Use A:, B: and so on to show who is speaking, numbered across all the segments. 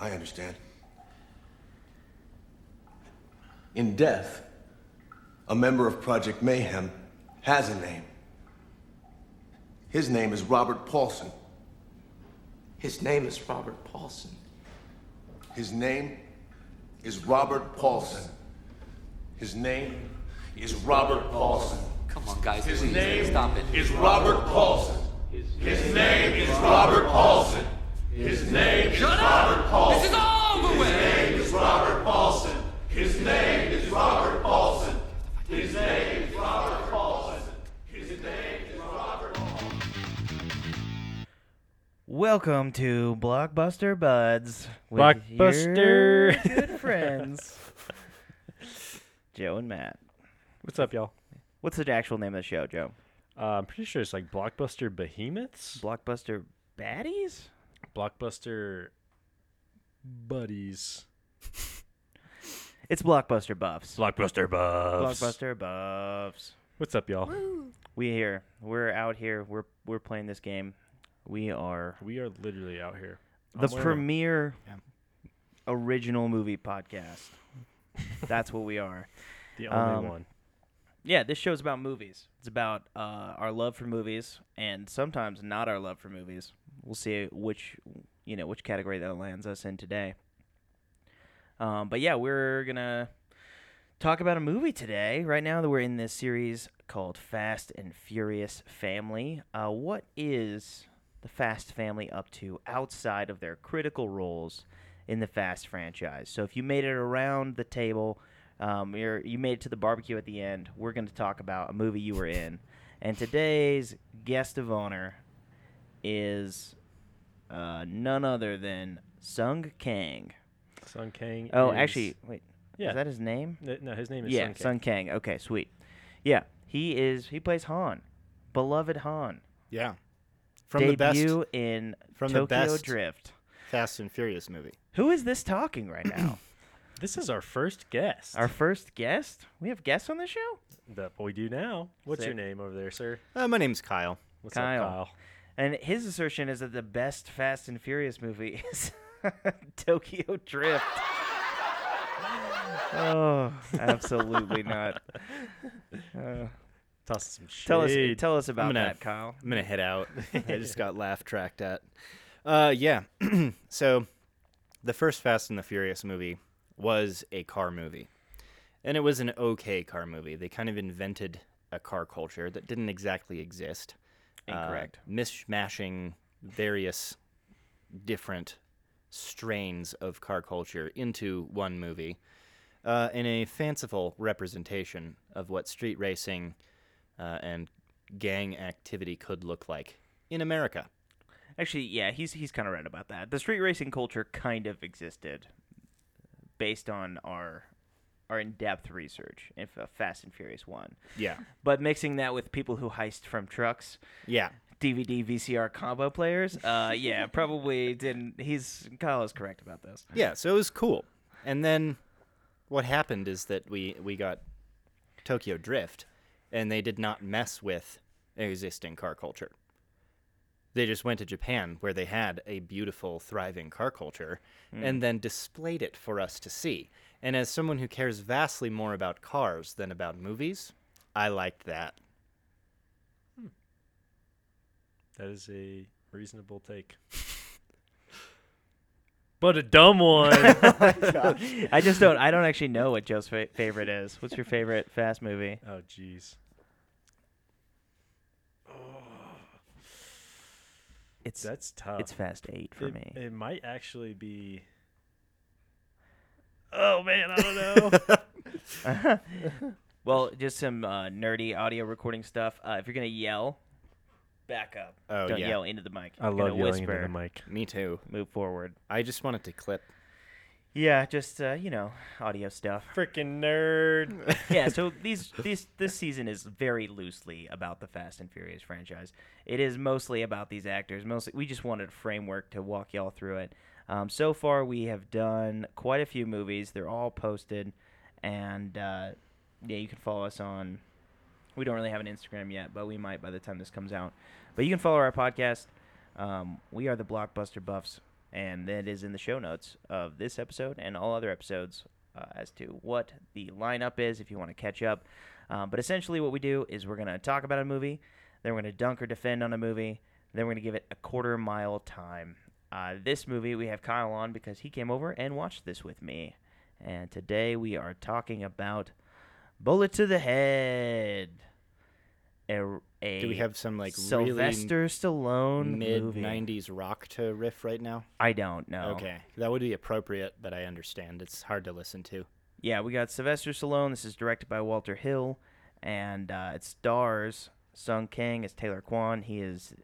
A: I understand.
B: In death,
A: A member of Project Mayhem has a name. His name is Robert Paulson.
B: his name is Robert Paulson.
A: His name is Robert Paulson. His name is Robert Paulson.
C: Come on, guys.
A: His
C: please,
A: name
C: Stop it.
A: is Robert Paulson. His name is Robert Paulson. His name is
C: Shut
A: Robert
C: up!
A: Paulson.
C: This is over with!
A: name is Robert Paulson. His name is Robert Paulson. His name is Robert Paulson. His name is Robert Paulson.
D: Welcome to Blockbuster Buds with your
E: Blockbuster.
D: good friends, Joe and Matt.
E: What's up, y'all?
D: What's the actual name of the show, Joe?
E: Uh, I'm pretty sure it's like Blockbuster Behemoths,
D: Blockbuster Baddies?
E: Blockbuster Buddies,
D: It's Blockbuster Buffs.
E: Blockbuster Buffs.
D: Blockbuster Buffs.
E: What's up, y'all?
D: We here. We're out here. We're we're playing this game. We are
E: We are literally out here.
D: the
E: I'm wearing a-
D: premier
E: Yeah.
D: original movie podcast. That's what we are.
E: the only
D: um,
E: one.
D: Yeah, this show's about movies. It's about uh, our love for movies and sometimes not our love for movies. We'll see which you know which category that lands us in today. Um, but yeah, we're gonna talk about a movie today. Right now, that we're in this series called Fast and Furious Family. Uh, what is the Fast family up to outside of their critical roles in the Fast franchise? So if you made it around the table, um, you're, you made it to the barbecue at the end. We're going to talk about a movie you were in, and today's guest of honor is uh, none other than Sung Kang.
E: Sun Kang.
D: Oh,
E: is-
D: actually, wait.
E: Yeah.
D: Is that his name?
E: N- No, his name is
D: yeah,
E: Sun Kang.
D: Sung Kang. Okay, sweet. Yeah, he is. He plays Han, beloved Han.
F: Yeah. From
D: debut
F: the best
D: in
F: from the
D: Tokyo
F: best-
D: Drift.
F: Fast and Furious movie.
D: Who is this talking right now?
E: This is our first guest.
D: Our first guest? We have guests on the show?
E: that we do now. What's
D: Sick.
E: your name over there, sir?
F: Uh, my name's Kyle.
E: What's up,
D: Kyle.
E: Kyle?
D: And his assertion is that the best Fast and Furious movie is Tokyo Drift. oh, absolutely not. Uh,
E: Toss some shade.
D: tell us tell us about
F: I'm gonna-
D: that, Kyle.
F: I'm gonna head out. I just got laugh tracked at. Uh, yeah. so, the first Fast and the Furious movie was a car movie, and it was an okay car movie. They kind of invented a car culture that didn't exactly exist. uh,
D: Incorrect.
F: mishmashing various different strains of car culture into one movie uh, in a fanciful representation of what street racing uh, and gang activity could look like in America.
D: Actually, yeah, he's he's kind of right about that. The street racing culture kind of existed based on our our in-depth research in F- Fast and Furious 1.
F: Yeah.
D: But mixing that with people who heist from trucks,
F: Yeah.
D: DVD VCR combo players, uh, yeah, probably didn't. He's Kyle is correct about this.
F: Yeah, so it was cool. And then what happened is that we we got Tokyo Drift and they did not mess with existing car culture. They just went to Japan where they had a beautiful thriving car culture and then displayed it for us to see. And as someone who cares vastly more about cars than about movies, I liked that.
E: That is a reasonable take. but a dumb one.
D: I just don't. I don't actually know what Joe's fa- favorite is. What's your favorite Fast movie?
E: Oh, jeez.
D: It's
E: That's tough.
D: it's Fast Eight for
E: it,
D: me.
E: It might actually be. Oh man, I don't know.
D: Well, just some uh, nerdy audio recording stuff. Uh, if you're gonna yell, back up.
F: Oh,
D: Don't
F: yeah.
D: yell into the mic.
E: I
D: If you're
E: love
D: gonna
E: yelling
D: whisper,
E: into the mic.
F: Me too.
D: Move forward.
F: I just wanted to clip.
D: Yeah, just uh, you know, audio stuff.
E: Freaking nerd.
D: yeah, so these these this season is very loosely about the Fast and Furious franchise. It is mostly about these actors. Mostly, we just wanted a framework to walk y'all through it. Um, so far, we have done quite a few movies. They're all posted, and uh, yeah, you can follow us on we don't really have an Instagram yet, but we might by the time this comes out. But you can follow our podcast. Um, we are the Blockbuster Buffs and that is in the show notes of this episode and all other episodes uh, as to what the lineup is if you want to catch up. Um, but essentially, what we do is we're going to talk about a movie, then we're going to dunk or defend on a movie, then we're going to give it a quarter mile time. Uh, this movie we have Kyle on because he came over and watched this with me. And today we are talking about Bullet to the Head. A, a
F: Do we have some like
D: Sylvester
F: really
D: Stallone
F: mid
D: movie.
F: '90s rock to riff right now?
D: I don't know.
F: Okay, that would be appropriate, but I understand it's hard to listen to.
D: Yeah, we got Sylvester Stallone. This is directed by Walter Hill, and uh, it stars Sung Kang as Taylor Kwan. He is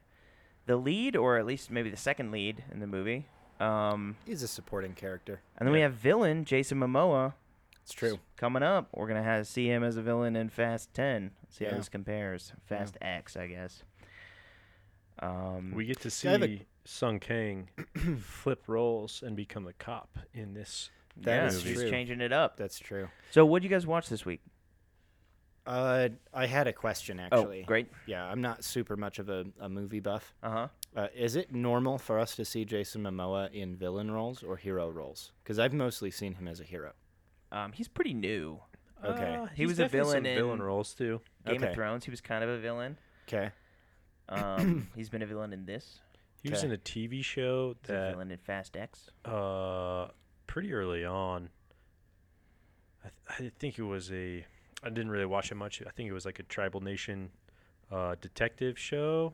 D: the lead, or at least maybe the second lead in the movie. Um,
F: He's a supporting character.
D: and then we have villain Jason Momoa
F: It's true.
D: coming up. We're gonna have see him as a villain in Fast Ten. See how
F: Yeah.
D: this compares. Fast X, I guess. Um,
E: We get to see
F: I have a-
E: Sung Kang flip roles and become a cop in this.
F: That
D: yeah,
F: is
D: he's
F: true.
D: changing it up.
F: That's true.
D: So, what would you guys watch this week?
F: Uh, I had a question actually.
D: Oh, great.
F: Yeah, I'm not super much of a, a movie buff.
D: Uh huh.
F: Uh, is it normal for us to see Jason Momoa in villain roles or hero roles? Because I've mostly seen him as a hero.
D: Um, he's pretty new.
F: Okay.
E: Uh,
D: He
E: he's
D: was a
E: definitely some
D: villain in-
E: villain roles too.
D: Game of
F: Okay.
D: Thrones. He was kind of a villain.
F: Okay.
D: Um, he's been a villain in this.
E: He was
F: Okay.
E: in a TV show
D: He's a
E: that
D: villain in Fast X.
E: uh pretty early on. I, th- I think it was a. I didn't really watch it much. I think it was like a tribal nation uh, detective show,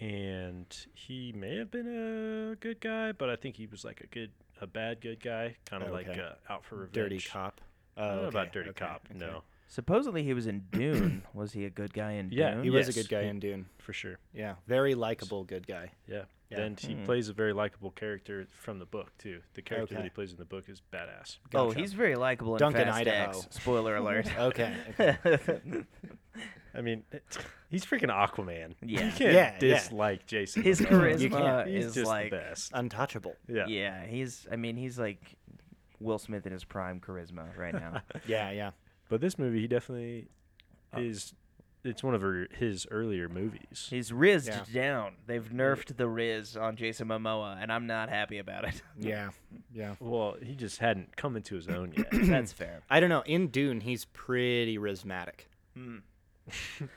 E: and he may have been a good guy, but I think he was like a good, a bad good guy, kind of like
F: Okay.
E: uh, out for revenge.
F: Dirty cop. Oh,
E: I don't know about
F: okay,
E: dirty
F: okay,
E: cop.
F: okay.
E: No,
D: Supposedly he was in Dune. was he a good guy in
E: Yeah,
D: Dune?
F: He was
E: Yes.
F: a good guy
E: He-
F: in Dune.
E: for sure.
F: Yeah, very likable good guy.
E: Yeah.
F: Yeah. Hmm.
E: And he plays a very likable character from the book too. The character that
F: Okay.
E: he plays in the book is badass.
D: Oh,
F: Gotcha.
D: he's very likable in
F: Duncan,
D: Fast
F: Idaho.
D: X. Spoiler alert.
F: Okay. okay.
E: I mean, he's freaking Aquaman.
D: Yeah.
E: you can't
F: Yeah, yeah.
E: dislike Jason.
D: His
E: Momoa. You
D: charisma
E: can't. He's
D: is
E: just
D: like-
E: the best.
F: Untouchable.
E: Yeah.
D: yeah, he's. I mean, he's like Will Smith in his prime charisma right now.
F: Yeah, yeah.
E: But this movie, he definitely
D: Oh.
E: is. It's one of her, his earlier movies.
D: He's rizzed
F: Yeah.
D: down. They've nerfed the rizz on Jason Momoa, and I'm not happy about it.
F: Yeah. Yeah.
E: Well, he just hadn't come into his own yet.
D: That's fair.
F: I don't know. In Dune, he's pretty rhismatic.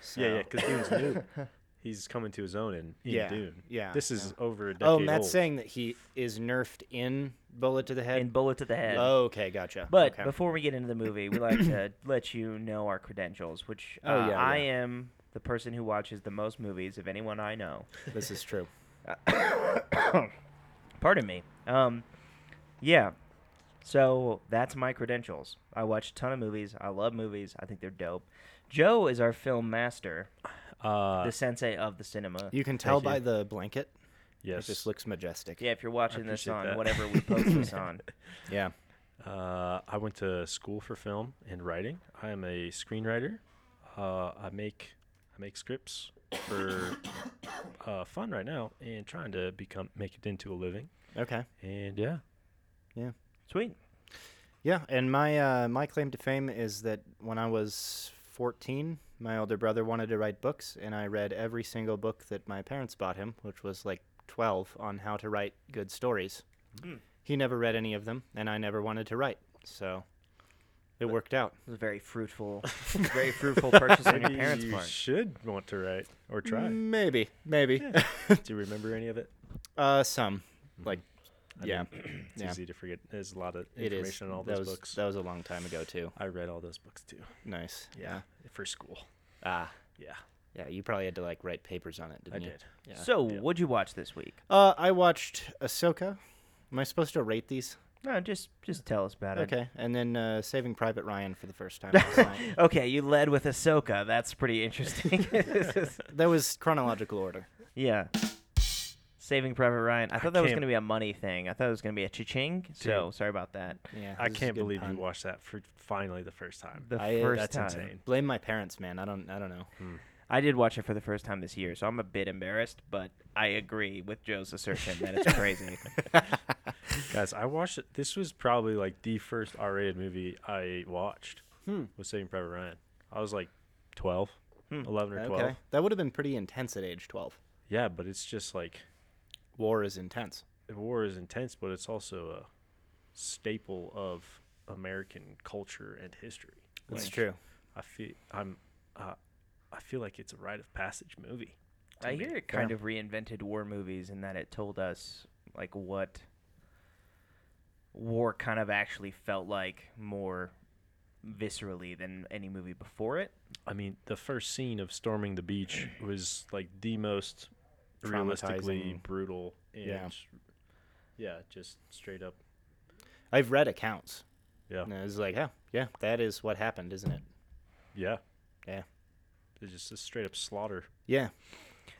F: So-
E: Yeah, yeah, because Dune's new. He's coming to his own in, in
F: Yeah,
E: Dune.
F: yeah,
E: this is over a decade
F: Oh, Matt's
E: old.
F: saying that he is nerfed in Bullet to the Head.
D: And bullet to the head.
F: Oh, okay, gotcha.
D: But
F: Okay.
D: before we get into the movie, we like to let you know our credentials, which uh,
F: Oh, yeah,
D: I
F: yeah.
D: am the person who watches the most movies of anyone I know.
F: this is true.
D: Pardon me. Um, yeah. So that's my credentials. I watch a ton of movies. I love movies. I think they're dope. Joe is our film master,
E: uh,
D: the sensei of the cinema.
F: You can tell
E: Thank
F: by
E: you.
F: the blanket.
E: yes,
F: It just looks majestic.
D: yeah, if you're watching this
E: appreciate
D: on
E: that.
D: whatever we post this on,
F: Yeah.
E: Uh, I went to school for film and writing. I am a screenwriter. Uh, I make I make scripts for uh, fun right now and trying to become make it into a living.
F: Okay.
E: And yeah,
D: sweet.
F: Yeah, and my uh, my claim to fame is that when I was 14, my older brother wanted to write books, and I read every single book that my parents bought him, which was like 12, on how to write good stories.
E: Hmm.
F: He never read any of them, and I never wanted to write, so it worked out.
D: It was a very fruitful, very fruitful purchase on your
E: Maybe
D: parents'
E: you
D: part.
E: should want to write or
F: Mm.
E: try.
F: Maybe, maybe.
E: Do you remember any of it?
F: uh, some like
E: Mm-hmm. I
F: yeah,
E: mean, it's
F: Yeah.
E: easy to forget. There's a lot of
F: it
E: information on
F: is.
E: all
F: that
E: those
F: was,
E: books.
F: That was a long time ago too.
E: I read all those books too.
F: Nice.
E: for school.
F: Ah.
E: Yeah,
F: Yeah, you probably had to like write papers on it, didn't
E: I
F: you?
E: did.
F: Yeah.
D: So, what'd you watch this week?
F: Uh, I watched Ahsoka. Am I supposed to rate these?
D: No, just just tell us about it.
F: Okay, and then uh, Saving Private Ryan for the first time. last night.
D: Okay, you led with Ahsoka. That's pretty interesting.
F: that was chronological order.
D: yeah. Saving Private Ryan. I thought that was
E: can't-
D: going to be a money thing. I thought it was going to be a cha-ching. So sorry about that.
F: Yeah,
E: I
F: this is a
E: can't
F: good
E: believe
F: pun.
E: you watched that for finally the first time.
D: The
F: I-
D: first
E: that's
D: time.
E: insane.
F: Blame my parents, man. I don't. I don't know.
E: Hmm,
D: I did watch it for the first time this year, so I'm a bit embarrassed, but I agree with Joe's assertion that it's crazy.
E: Guys, I watched it. This was probably like the first R-rated movie I watched.
F: Hmm.
E: Was Saving Private Ryan. I was like 12, 11 or 12.
F: Okay, that would have been pretty intense at age twelve.
E: Yeah, but it's just like
F: War is intense.
E: war is intense, but it's also a staple of American culture and history.
F: That's
E: Like,
F: true.
E: I feel I'm, uh, I feel like it's a rite of passage movie.
D: I hear it kind of reinvented war movies in that it told us like what war kind of actually felt like more viscerally than any movie before it.
E: I mean, the first scene of storming the beach was like the most realistically
F: Traumatizing.
E: brutal and
F: Yeah.
E: yeah, just straight up.
F: I've read accounts.
E: Yeah.
F: And I was like, oh, yeah, that is what happened, isn't it?
E: Yeah.
F: Yeah.
E: It's just a straight up slaughter.
F: Yeah.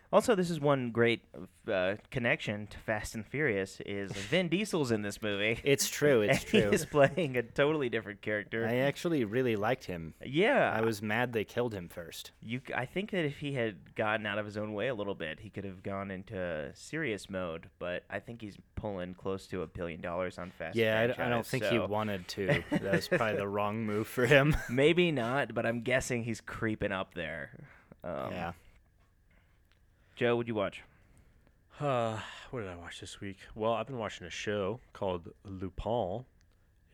D: Also, this is one great uh, connection to Fast and Furious is Vin Diesel's in this movie.
F: It's true. It's
D: and
F: true.
D: He is playing a totally different character.
F: I actually really liked him.
D: yeah,
F: I was mad they killed him first.
D: You, c- I think that if he had gotten out of his own way a little bit, he could have gone into serious mode. But I think he's pulling close to a billion dollars on Fast.
F: Yeah, I d- I,
D: franchise,
F: don't think he
D: so
F: wanted to. That was probably the wrong move for him.
D: Maybe not, but I'm guessing he's creeping up there. Um,
F: yeah.
D: Joe, would you watch?
E: Uh, what did I watch this week? Well, I've been watching a show called Lupin.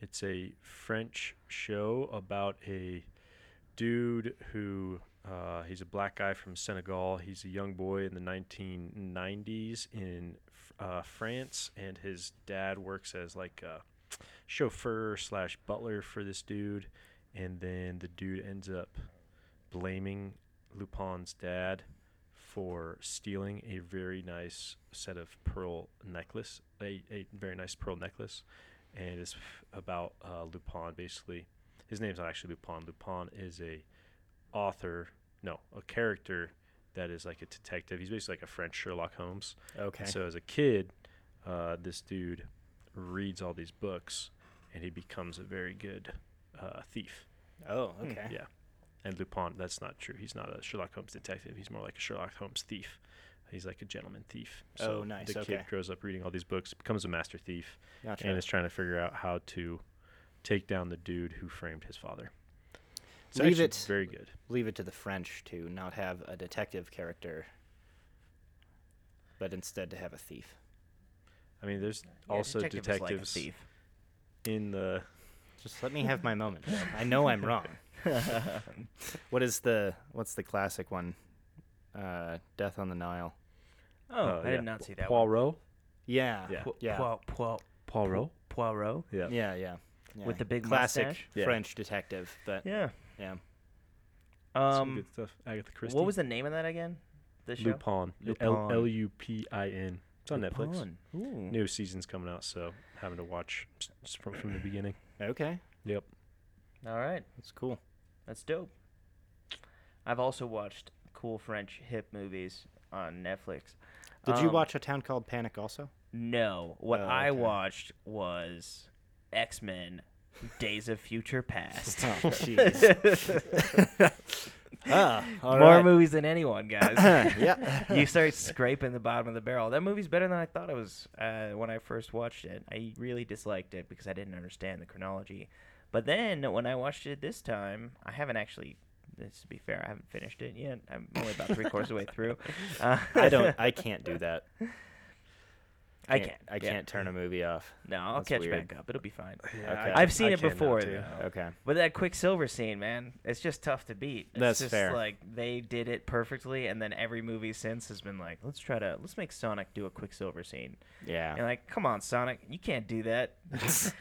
E: It's a French show about a dude who uh, he's a black guy from Senegal. He's a young boy in the 1990s in uh, France, and his dad works as like a chauffeur slash butler for this dude. And then the dude ends up blaming Lupin's dad for stealing a very nice set of pearl necklace, a, a very nice pearl necklace, and it's f- about uh, Lupin basically. His name's not actually Lupin. Lupin is a author, no, a character that is like a detective. He's basically like a French Sherlock Holmes.
F: Okay.
E: So as a kid, uh, this dude reads all these books, and he becomes a very good uh, thief.
F: Oh, okay.
E: Yeah. And Lupin, that's not true. He's not a Sherlock Holmes detective. He's more like a Sherlock Holmes thief. He's like a gentleman thief.
F: Oh, nice,
E: The
F: okay.
E: kid grows up reading all these books, becomes a master thief,
F: Gotcha.
E: and is trying to figure out how to take down the dude who framed his father. It's
F: Leave
E: actually
F: it.
E: Very good.
F: Leave it to the French to not have a detective character, but instead to have a thief.
E: I mean, there's also
D: detective is like a
E: detectives
D: thief.
E: in the.
F: Just let me have my moment. Bill. I know I'm wrong. what is the what's the classic one? Uh, Death on the Nile.
D: Oh,
E: uh,
D: I
E: yeah,
D: did not see that. one.
E: Poirot.
F: Yeah.
E: Yeah.
D: Po-
F: Yeah.
D: Poirot. Poirot. Poirot.
E: Poirot. Yeah.
F: Yeah, yeah.
D: With
F: yeah.
D: the big
F: classic
D: mustache?
E: Yeah.
F: French detective, but yeah.
D: Yeah. Um,
E: Some good stuff. Agatha Christie.
D: what was the name of that again? The show.
E: Lupin.
D: Lupin.
E: L U P I N. It's on Netflix.
D: Lupin. Ooh.
E: New season's coming out, so having to watch s- s- from, from the beginning.
F: Okay,
E: Yep.
D: All right.
F: that's cool.
D: That's dope. I've also watched cool French hip movies on Netflix.
F: Did you
D: Um,
F: watch A Town Called Panic also?
D: No. What
F: Oh,
D: I
F: okay.
D: watched was X Men Days of Future Past.
F: Oh, jeez. ah, all
D: More
F: right.
D: movies than anyone, guys.
F: yeah.
D: you start scraping the bottom of the barrel. That movie's better than I thought it was uh, when I first watched it. I really disliked it because I didn't understand the chronology. But then when I watched it this time, I haven't actually. This to be fair, I haven't finished it yet. I'm only about three quarters of the way through. Uh,
F: I don't. I can't do that.
D: I
F: Can't-
D: can't.
F: I
D: yeah.
F: can't turn a movie off.
D: No, I'll
F: That's
D: catch
F: weird.
D: back up. It'll be fine.
F: Okay.
D: I've seen it before,
E: though.
D: though.
F: Okay.
D: But that Quicksilver scene, man, it's just tough to beat. It's
F: That's
D: just
F: fair.
D: Like they did it perfectly, and then every movie since has been like, let's try to let's make Sonic do a Quicksilver scene.
F: Yeah.
D: And like, come on, Sonic, you can't do that.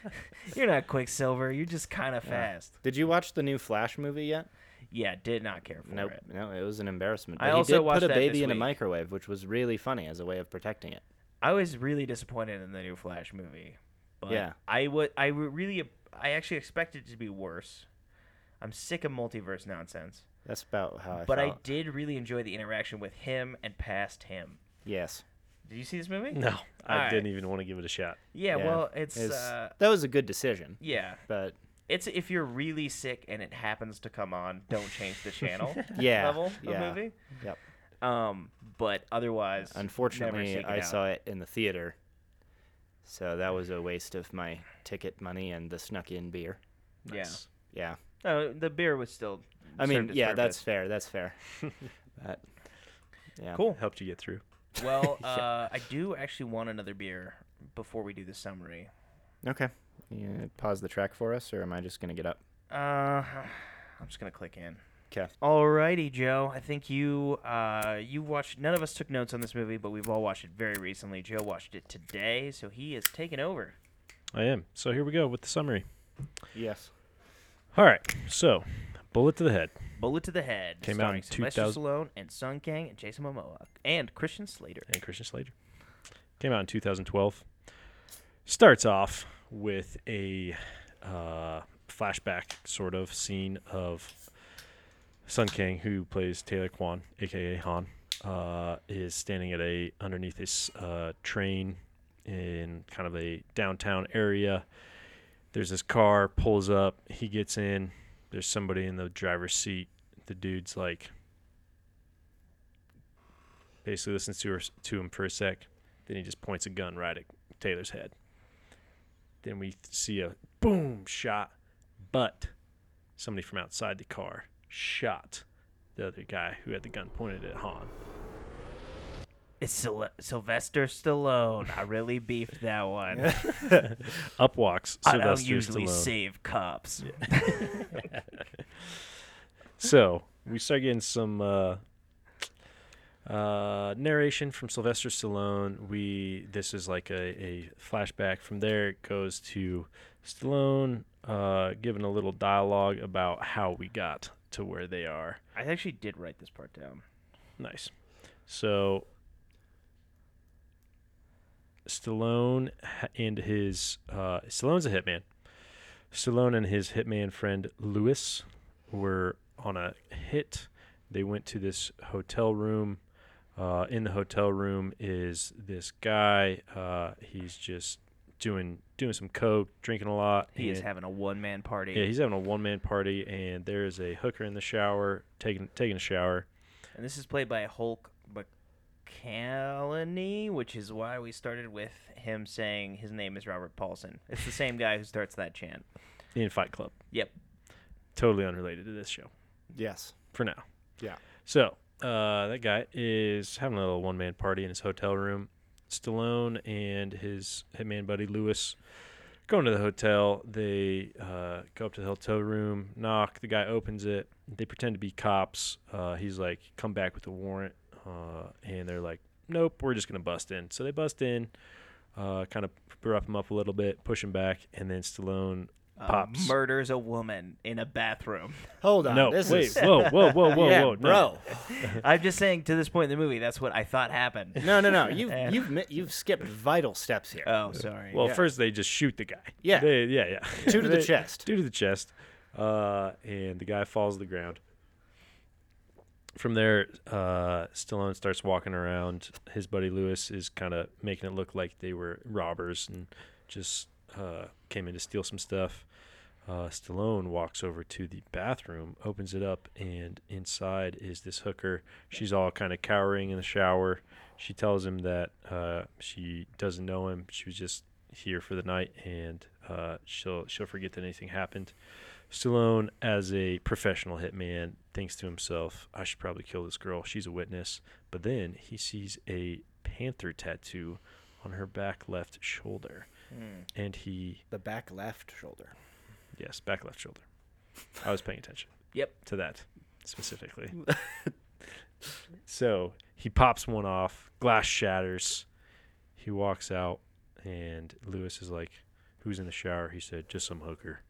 D: you're not Quicksilver. You're just kind of fast.
F: Did you watch the new Flash movie yet?
D: Yeah, did not care for
F: Nope.
D: it.
F: No, it was an embarrassment.
D: I
F: But he
D: also
F: did
D: watched
F: put a
D: that
F: baby
D: this
F: in a
D: week.
F: microwave, which was really funny as a way of protecting it.
D: I was really disappointed in the new Flash movie. But
F: Yeah.
D: I would. I wa- really. I actually expected it to be worse. I'm sick of multiverse nonsense.
F: That's about how I
D: but I
F: felt.
D: did really enjoy the interaction with him and past him.
F: yes.
D: Did you see this movie?
E: No, I
D: Alright.
E: didn't even want to give it a shot.
D: Yeah,
F: Yeah.
D: well, it's
F: It's-
D: uh,
F: that was a good decision,
D: yeah,
F: but
D: it's if you're really sick and it happens to come on, don't change the channel.
F: Yeah,
D: level
F: yeah.
D: of movie.
F: yep.
D: Um, but otherwise, never
F: Unfortunately,
D: seek it
F: I
D: out.
F: saw it in the theater, so that was a waste of my ticket money and the snuck in beer.
E: Nice.
F: Yeah,
D: Yeah, no, the beer was still.
F: I mean,
D: served its
F: yeah, that's
D: purpose.
F: fair. That's fair. but, yeah,
E: Cool. Helped you get through.
D: well. Uh, I do actually want another beer, before we do the summary.
F: Okay. You gonna pause the track for us, or am I just gonna get up?
D: Uh, I'm just gonna click in.
F: Okay.
D: Alrighty, Joe. I think you uh, you watched. None of us took notes on this movie, but we've all watched it very recently. Joe watched it today, so he is taking over.
E: I am. So here we go with the summary.
F: Yes.
E: All right. So, bullet to the head.
D: Bullet to the Head
E: Came out
D: starring
E: in
D: Sylvester
E: 2000
D: Stallone and Sun Kang and Jason Momoa and Christian Slater.
E: and Christian Slater. Came out in 2012. Starts off with a uh, flashback sort of scene of Sun Kang, who plays Taylor Kwan, aka Han, uh, is standing at a underneath this uh, train in kind of a downtown area. There's this car pulls up. He gets in. There's somebody in the driver's seat. The dude's like, basically listens to her to him for a sec. Then he just points a gun right at Taylor's head. Then we see a boom shot, but somebody from outside the car shot the other guy who had the gun pointed at Han.
D: It's Syl- Sylvester Stallone. I really beefed that one.
E: Up walks
D: I don't
E: Sylvester
D: usually
E: Stallone.
D: save cops.
E: So we start getting some uh, uh, narration from Sylvester Stallone. We this is like a, a flashback. From there, it goes to Stallone uh, giving a little dialogue about how we got to where they are.
D: I actually did write this part down.
E: Nice. So Stallone h- and his uh, Stallone's a hitman. Stallone and his hitman friend Lewis were on a hit. They went to this hotel room. Uh, in the hotel room is this guy. Uh, he's just doing doing some coke, drinking a lot.
D: He is
E: and-
D: having a one man party.
E: yeah, he's having a one man party, and there is a hooker in the shower taking taking a shower.
D: And this is played by Hulk McCallany, which is why we started with him saying his name is Robert Paulson. It's the same guy who starts that chant.
E: in Fight Club.
D: Yep.
E: Totally unrelated to this show
F: Yes.
E: for now.
F: Yeah.
E: So uh, that guy is having a little one man party in his hotel room. Stallone and his hitman buddy Lewis going to the hotel. They uh, go up to the hotel room, knock. The guy opens it. They pretend to be cops. Uh, he's like, "Come back with a warrant," uh, and they're like, "Nope, we're just gonna bust in." So they bust in, uh, kind of rough him up a little bit, push him back, and then Stallone
D: Uh,
E: pops.
D: murders a woman in a bathroom.
F: Hold on.
E: No,
F: this
E: wait,
F: is-
E: whoa, whoa, whoa, whoa,
F: yeah,
E: whoa, no.
F: bro.
D: I'm just saying to this point in the movie, that's what I thought happened.
F: No, no, no. You've you've mi- you've skipped vital steps here.
D: Oh, sorry.
E: Well,
F: Yeah.
E: first they just shoot the guy.
F: Yeah.
E: They- yeah, yeah.
F: Two to the
E: They-
F: chest.
E: Two to the chest, uh, and the guy falls to the ground. From there, uh, Stallone starts walking around. His buddy Lewis is kind of making it look like they were robbers and just uh, came in to steal some stuff. Uh, Stallone walks over to the bathroom, opens it up, and inside is this hooker. She's all kind of cowering in the shower. She tells him that uh, she doesn't know him. She was just here for the night, and uh, she'll she'll forget that anything happened. Stallone, as a professional hitman, thinks to himself, "I should probably kill this girl. She's a witness." But then he sees a panther tattoo on her back left shoulder, and he
F: Hmm. The back left shoulder.
E: Yes, back left shoulder. I was paying attention
D: Yep.
E: to that specifically. so he pops one off, glass shatters. He walks out, and Lewis is like, Who's in the shower? He said, Just some hooker.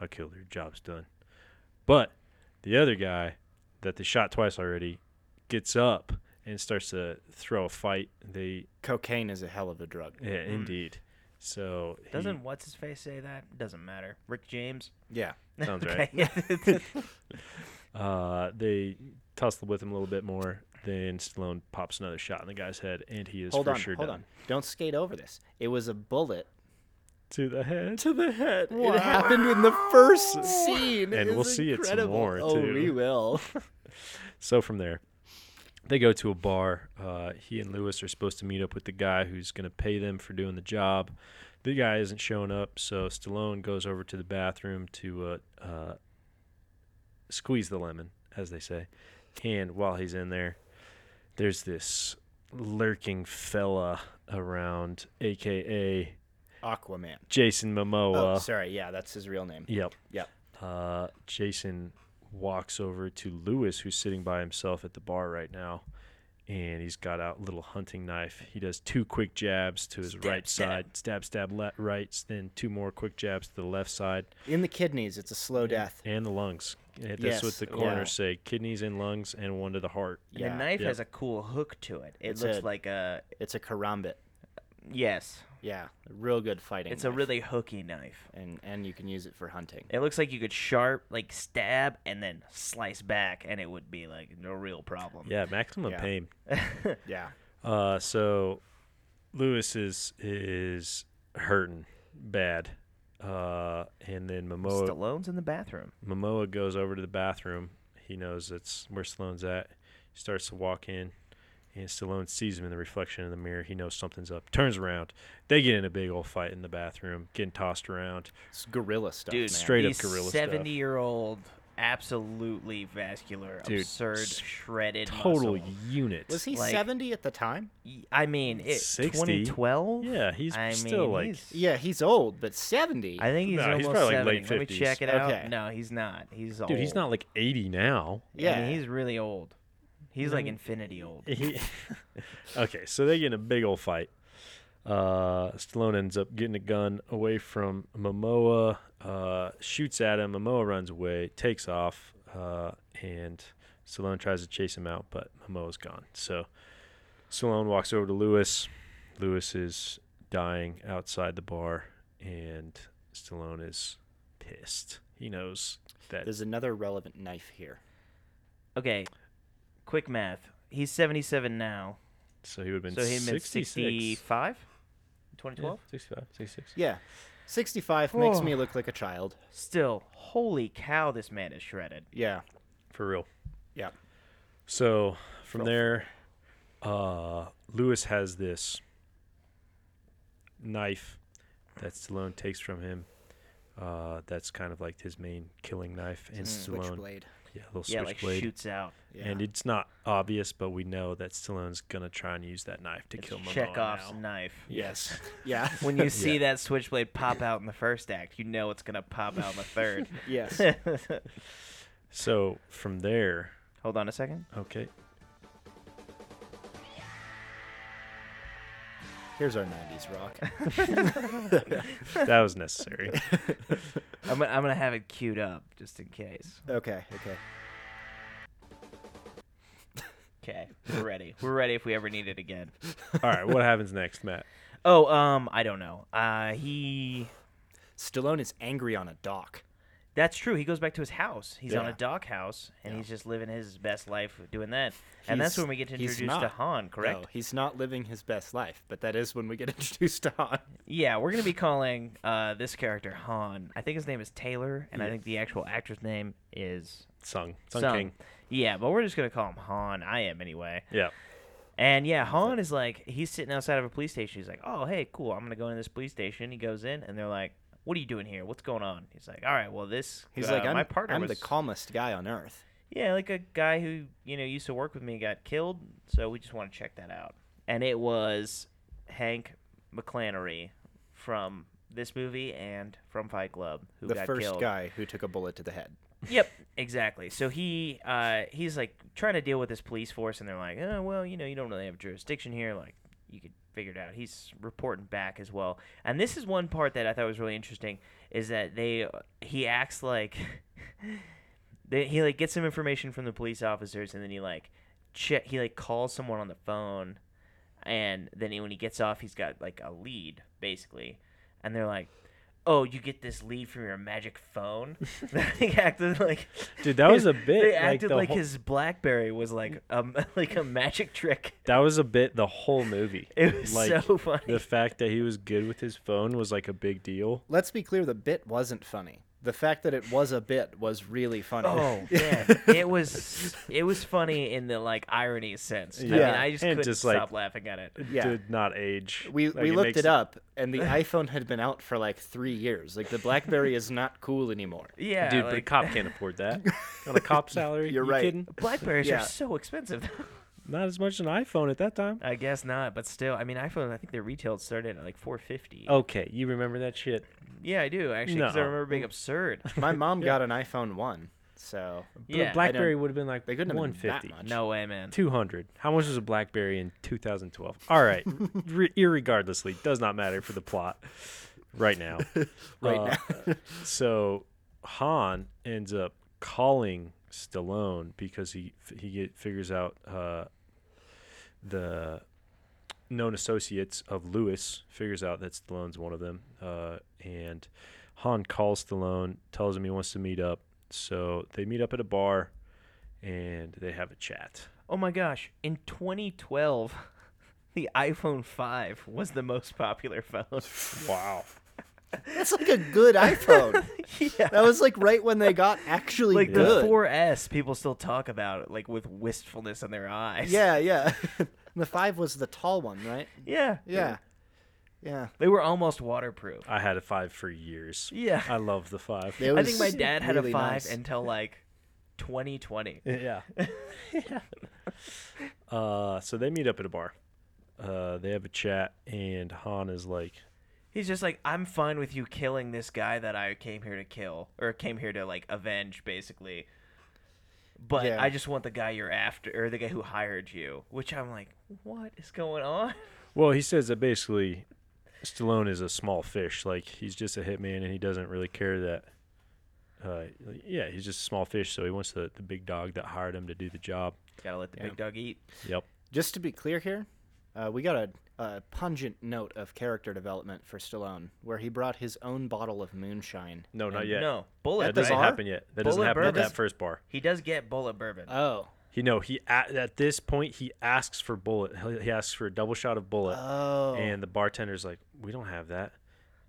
E: I killed her. Job's done. But the other guy that they shot twice already gets up and starts to throw a fight. They,
F: Cocaine is a hell of a drug.
E: yeah, indeed. So he-
D: Doesn't what's his face say that? Doesn't matter. Rick James.
F: Yeah.
E: sounds right.
D: Okay.
E: Uh, they tussle with him a little bit more. Then Stallone pops another shot in the guy's head, and he is
F: hold
E: for
F: on.
E: sure
F: hold
E: done.
F: on. Don't skate over this. It was a bullet
E: To the head.
F: to the head. It happened in the first scene.
E: And we'll
F: It's
E: see it some
F: incredible.
E: more,
F: Oh,
E: too.
F: we will.
E: So from there, they go to a bar. Uh, he and Lewis are supposed to meet up with the guy who's going to pay them for doing the job. The guy isn't showing up, so Stallone goes over to the bathroom to uh, uh, squeeze the lemon, as they say. And while he's in there, there's this lurking fella around, aka
F: Aquaman.
E: Jason Momoa.
F: oh, sorry. Yeah, that's his real name.
E: Yep.
F: Yep.
E: Uh, Jason walks over to Lewis, who's sitting by himself at the bar right now, and he's got out a little hunting knife. He does two quick jabs to his right side, stab, stab, le- right, then two more quick jabs to the left side
F: In the kidneys, it's a slow death.
E: and the lungs. And That's
F: Yes,
E: what the
F: yeah.
E: coroner say: kidneys and lungs, and one to the heart.
D: The
F: Yeah.
D: knife
E: Yep.
D: has a cool hook to it. It
F: It's
D: looks
F: a-
D: like a
F: It's a karambit.
D: yes.
F: Yeah, real good fighting.
D: It's a
F: knife.
D: really hooky knife.
F: and and you can use it for hunting.
D: It looks like you could sharp like stab and then slice back, and it would be like no real problem.
E: Yeah, maximum
F: Yeah.
E: pain.
F: Yeah.
E: Uh, so Lewis is is hurting bad, uh, and then Momoa
D: Stallone's in the bathroom.
E: Momoa goes over to the bathroom. He knows that's where Stallone's at. He starts to walk in, and Stallone sees him in the reflection in the mirror. He knows something's up. Turns around. They get in a big old fight in the bathroom, getting tossed around.
F: It's gorilla stuff,
D: Dude,
F: man.
E: Straight up
D: these
E: gorilla stuff.
D: Seventy-year-old, absolutely vascular,
E: Dude,
D: absurd,
E: s-
D: shredded.
E: Total
D: muscle.
E: unit.
F: Was he
D: like-
F: 70 at the time?
D: Y- I mean, it
E: 60?
D: 2012.
E: Yeah, he's
D: I
E: still,
D: mean,
E: like-
D: he's-
F: Yeah, he's old, but 70.
D: I think he's
E: No, he's
D: almost
E: probably, like,
D: 70.
E: late
D: Let me
E: 50s.
D: check it out.
F: Okay.
D: No, he's not. He's old.
E: Dude, he's not like 80 now.
D: Yeah,
F: yeah.
D: he's really old. He's
E: Mm-hmm.
D: like infinity old.
E: He- okay, so they get in a big old fight. Uh, Stallone ends up getting a gun away from Momoa, uh, shoots at him. Momoa runs away, takes off, uh, and Stallone tries to chase him out, but Momoa's gone. So Stallone walks over to Lewis. Lewis is dying outside the bar, and Stallone is pissed. He knows that
F: There's another relevant knife here.
D: Okay, quick math. He's 77 now,
E: so he would have been
D: so he had been
E: 66.
D: 65.
E: Yeah,
D: 2012.
E: 65, 66.
F: Yeah. 65 makes
D: Oh.
F: me look like a child.
D: Still, holy cow, this man is shredded.
F: Yeah.
E: For real.
F: Yeah.
E: So from there, uh, Lewis has this knife that Stallone takes from him. Uh, that's kind of like his main killing knife, and Stallone,
F: Switchblade.
E: yeah, a little
D: Mm. Yeah, like
E: switchblade,
D: shoots out.
F: Yeah.
E: and it's not obvious, but we know that Stallone's gonna try and use that knife to kill Momoa
D: Chekhov's
E: now.
D: knife.
E: Yes,
F: yeah.
D: When you see that switchblade pop out in the first act, you know it's gonna pop out in the third.
F: yes.
E: so from there,
D: Hold on a second.
E: okay,
F: Here's our 90s rock.
E: that was necessary.
D: I'm gonna, I'm gonna have it queued up just in case.
F: Okay. Okay.
D: Okay, we're ready. We're ready if we ever need it again.
E: All right, what happens next, Matt?
D: Oh, um, I don't know. Uh, he.
F: Stallone is angry on a dock.
D: That's true. He goes back to his house. He's on a
F: Yeah.
D: dock house, and he's just living his best life doing that. and that's
F: He's-
D: when we get
F: he's
D: introduced to
F: not.
D: Han, correct?
F: No, he's not living his best life, but that is when we get introduced to Han.
D: Yeah, we're gonna be calling uh, this character Han. I think his name is Taylor, and I think the actual actor's name is
E: Sung, Sung,
D: Sung.
E: King.
D: Yeah, but we're just gonna call him Han. I am anyway.
E: Yeah,
D: And yeah, Han is like he's sitting outside of a police station. He's like, "Oh, hey, cool. I'm gonna go into this police station." He goes in, and they're like, "What are you doing here? What's going on?" He's like, "All right, well, this
F: He's
D: uh,
F: like, I'm,
D: my partner
F: I'm
D: was
F: the calmest guy on earth.
D: yeah, like a guy who you know used to work with me got killed, so we just want to check that out." And it was Hank McClanery from this movie and from Fight Club who
F: The
D: got
F: first
D: killed.
F: guy who took a bullet to the head.
D: Yep, exactly. So he uh, he's like trying to deal with this police force, and they're like, "Oh, well, you know, you don't really have jurisdiction here. Like, you could figure it out." He's reporting back as well, and this is one part that I thought was really interesting is that they he acts like they, he like gets some information from the police officers, and then he like check he like calls someone on the phone, and then he, when he gets off, he's got like a lead basically, and they're like. Oh, you get this lead from your magic phone? he acted like
E: dude, that was a bit.
D: They
E: like,
D: acted
E: the
D: like
E: whole-
D: his BlackBerry was like um like a magic trick.
E: That was a bit the whole movie.
D: It was so funny.
E: The fact that he was good with his phone was like a big deal.
F: Let's be clear, the bit wasn't funny. The fact that it was a bit was really funny.
D: Oh man, it was it was funny in the like irony sense. I mean,
E: Yeah.
D: I just
E: And
D: couldn't
E: just, like-
D: stop laughing at it.
E: It
F: Yeah.
E: did not age.
F: We,
E: Like,
F: we looked
E: makes
F: it up, and the iPhone had been out for like three years. Like, the Blackberry is not cool anymore.
D: Yeah,
E: dude, but a
D: like,
E: cop can't afford that on a cop salary.
F: You're
E: You
F: right.
E: kidding?
D: Blackberries
F: Yeah.
D: are so expensive.
E: Not as much as an iPhone at that time.
D: I guess not, but still, I mean, iPhone. I think their retail started at like 450.
F: Oh.
E: Okay, you remember that shit.
D: yeah, I do actually, because I
E: No.
D: remember being absurd.
F: Mm. My mom got an iPhone one, so
E: But
D: yeah,
E: BlackBerry would have been like
F: they couldn't have been that
E: 150.
F: much.
D: no way, man.
E: 200. How much was a BlackBerry in 2012? All right. Re- irregardlessly, does not matter for the plot right now.
F: right
E: Uh, so Han ends up calling Stallone because he he get, figures out uh, the known associates of Lewis figures out that Stallone's one of them, uh, and Han calls Stallone, tells him he wants to meet up. So they meet up at a bar, and they have a chat.
D: Oh my gosh! In 2012, the iPhone 5 was the most popular phone.
E: Wow.
F: now. That's like a good iPhone.
D: yeah.
F: that was like right when they got actually
D: like
F: good.
D: the 4S, people still talk about it, like with wistfulness in their eyes.
F: yeah, yeah. the five was the tall one, right?
D: yeah,
F: Yeah, yeah.
D: They were almost waterproof.
E: I had a five for years.
D: Yeah.
E: I love the five.
F: It
D: I think
F: was
D: my dad had
F: really
D: a five
F: nice.
D: until like 2020.
E: Yeah. uh, so they meet up at a bar. Uh, they have a chat, and Han is like,
D: He's just like, I'm fine with you killing this guy that I came here to kill or came here to like avenge, basically. But
F: Yeah.
D: I just want the guy you're after, or the guy who hired you. Which I'm like, what is going on?
E: "Well, he says that basically, Stallone is a small fish. Like he's just a hitman, and he doesn't really care that. Uh, yeah, he's just a small fish, so he wants the the big dog that hired him to do the job.
D: Gotta let the big dog eat.
E: Yep.
F: Just to be clear here, uh, we got a, a pungent note of character development for Stallone, where he brought his own bottle of moonshine.
E: No, not yet.
D: No, bullet.
E: that
F: the
E: doesn't
F: bar?
E: happen yet. That doesn't
D: Bullet
E: happen at
D: bourbon?
E: that first bar.
D: He does get bullet bourbon.
F: Oh,
E: He no. He at, at this point he asks for bullet. He- He asks for a double shot of bullet.
F: oh.
E: and the bartender's like, "We don't have that."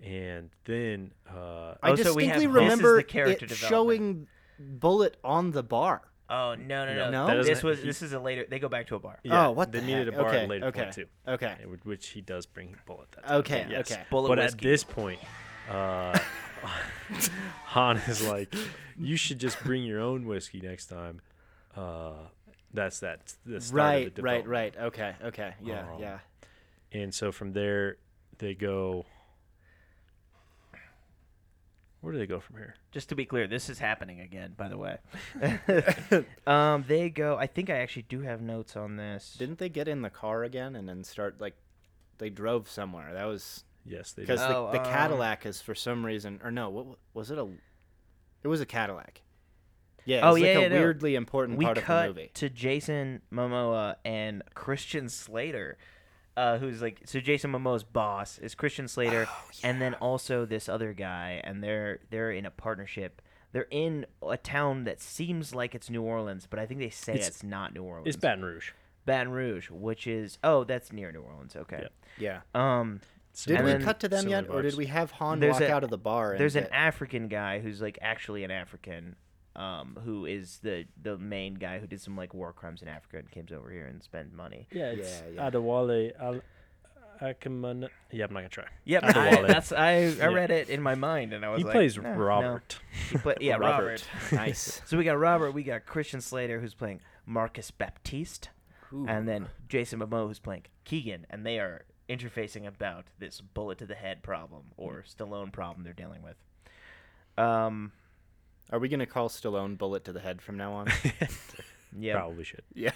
E: And then uh,
F: I
D: Oh, so we have-
F: distinctly
D: this is the
F: remember
D: character
F: it
D: development.
F: showing bullet on the bar.
D: oh no, no, no!
F: No?
E: That
D: this
E: doesn't-
D: was
E: he-
D: this is a later. They go back to a bar.
E: yeah,
F: oh, what
E: they
F: the
E: needed
F: heck?
E: a bar
F: okay,
E: at a later
F: okay,
E: point too.
F: Okay.
E: It would- which he does bring bullet that time.
F: Okay.
E: Yes.
F: Okay.
D: Bullet
E: but at
D: whiskey.
E: this point, uh, Han is like, "You should just bring your own whiskey next time." Uh, that's that. The start
F: Right,
E: Of the
F: right,
E: development.
F: right. Okay, okay. Yeah,
D: Oh.
E: Um,
F: yeah.
E: And so from there, they go. Where do they go from here?
D: Just to be clear, this is happening again. By the way, um, they go. I think I actually do have notes on this.
F: Didn't they get in the car again and then start like they drove somewhere? That was
E: Yes, they
F: because
E: just
D: Oh,
F: the,
D: um,
F: the Cadillac is for some reason or no, what wa- was it a? It was a Cadillac. Yeah. It
D: Oh,
F: was
D: yeah,
F: like
D: yeah,
F: a
D: no.
F: weirdly important
D: we
F: part of the
D: cut
F: movie.
D: to Jason Momoa and Christian Slater, uh, who's like so Jason Momoa's boss is Christian Slater,
F: Oh,
D: and then also this other guy, and they're they're in a partnership. They're in a town that seems like it's New Orleans, but I think they say it's,
E: It's-
D: not New Orleans.
E: it's Baton Rouge.
D: Baton Rouge, which is oh, that's near New Orleans. Okay.
F: Yeah.
D: Um,
F: Did
D: and
F: we
D: then
F: cut to them
E: similar
F: yet, or did
E: vibes.
F: we have Han
D: There's
F: walk
D: a-
F: out of the bar? And uh,
D: there's an
F: get-
D: African guy who's like actually an African, um, who is the the main guy who did some like war crimes in Africa and came over here and spent money.
E: Yeah,
F: it's Yeah, yeah.
E: Adewale Al Akaman. Yeah, I'm not gonna try.
D: Yep, I,
E: Adewale.
D: that's I, I read it in my mind and I was
E: he
D: like,
E: plays
D: "Nah, no."
E: Robert.
D: He play- yeah, Robert.
F: nice.
D: So we got Robert, we got Christian Slater who's playing Marcus Baptiste, and then Jason Momoa who's playing Keegan, and they are interfacing about this bullet to the head problem or Stallone problem they're dealing with. Um,
F: Are we gonna call Stallone Bullet to the head from now on?
D: yeah.
E: Probably should.
F: yeah.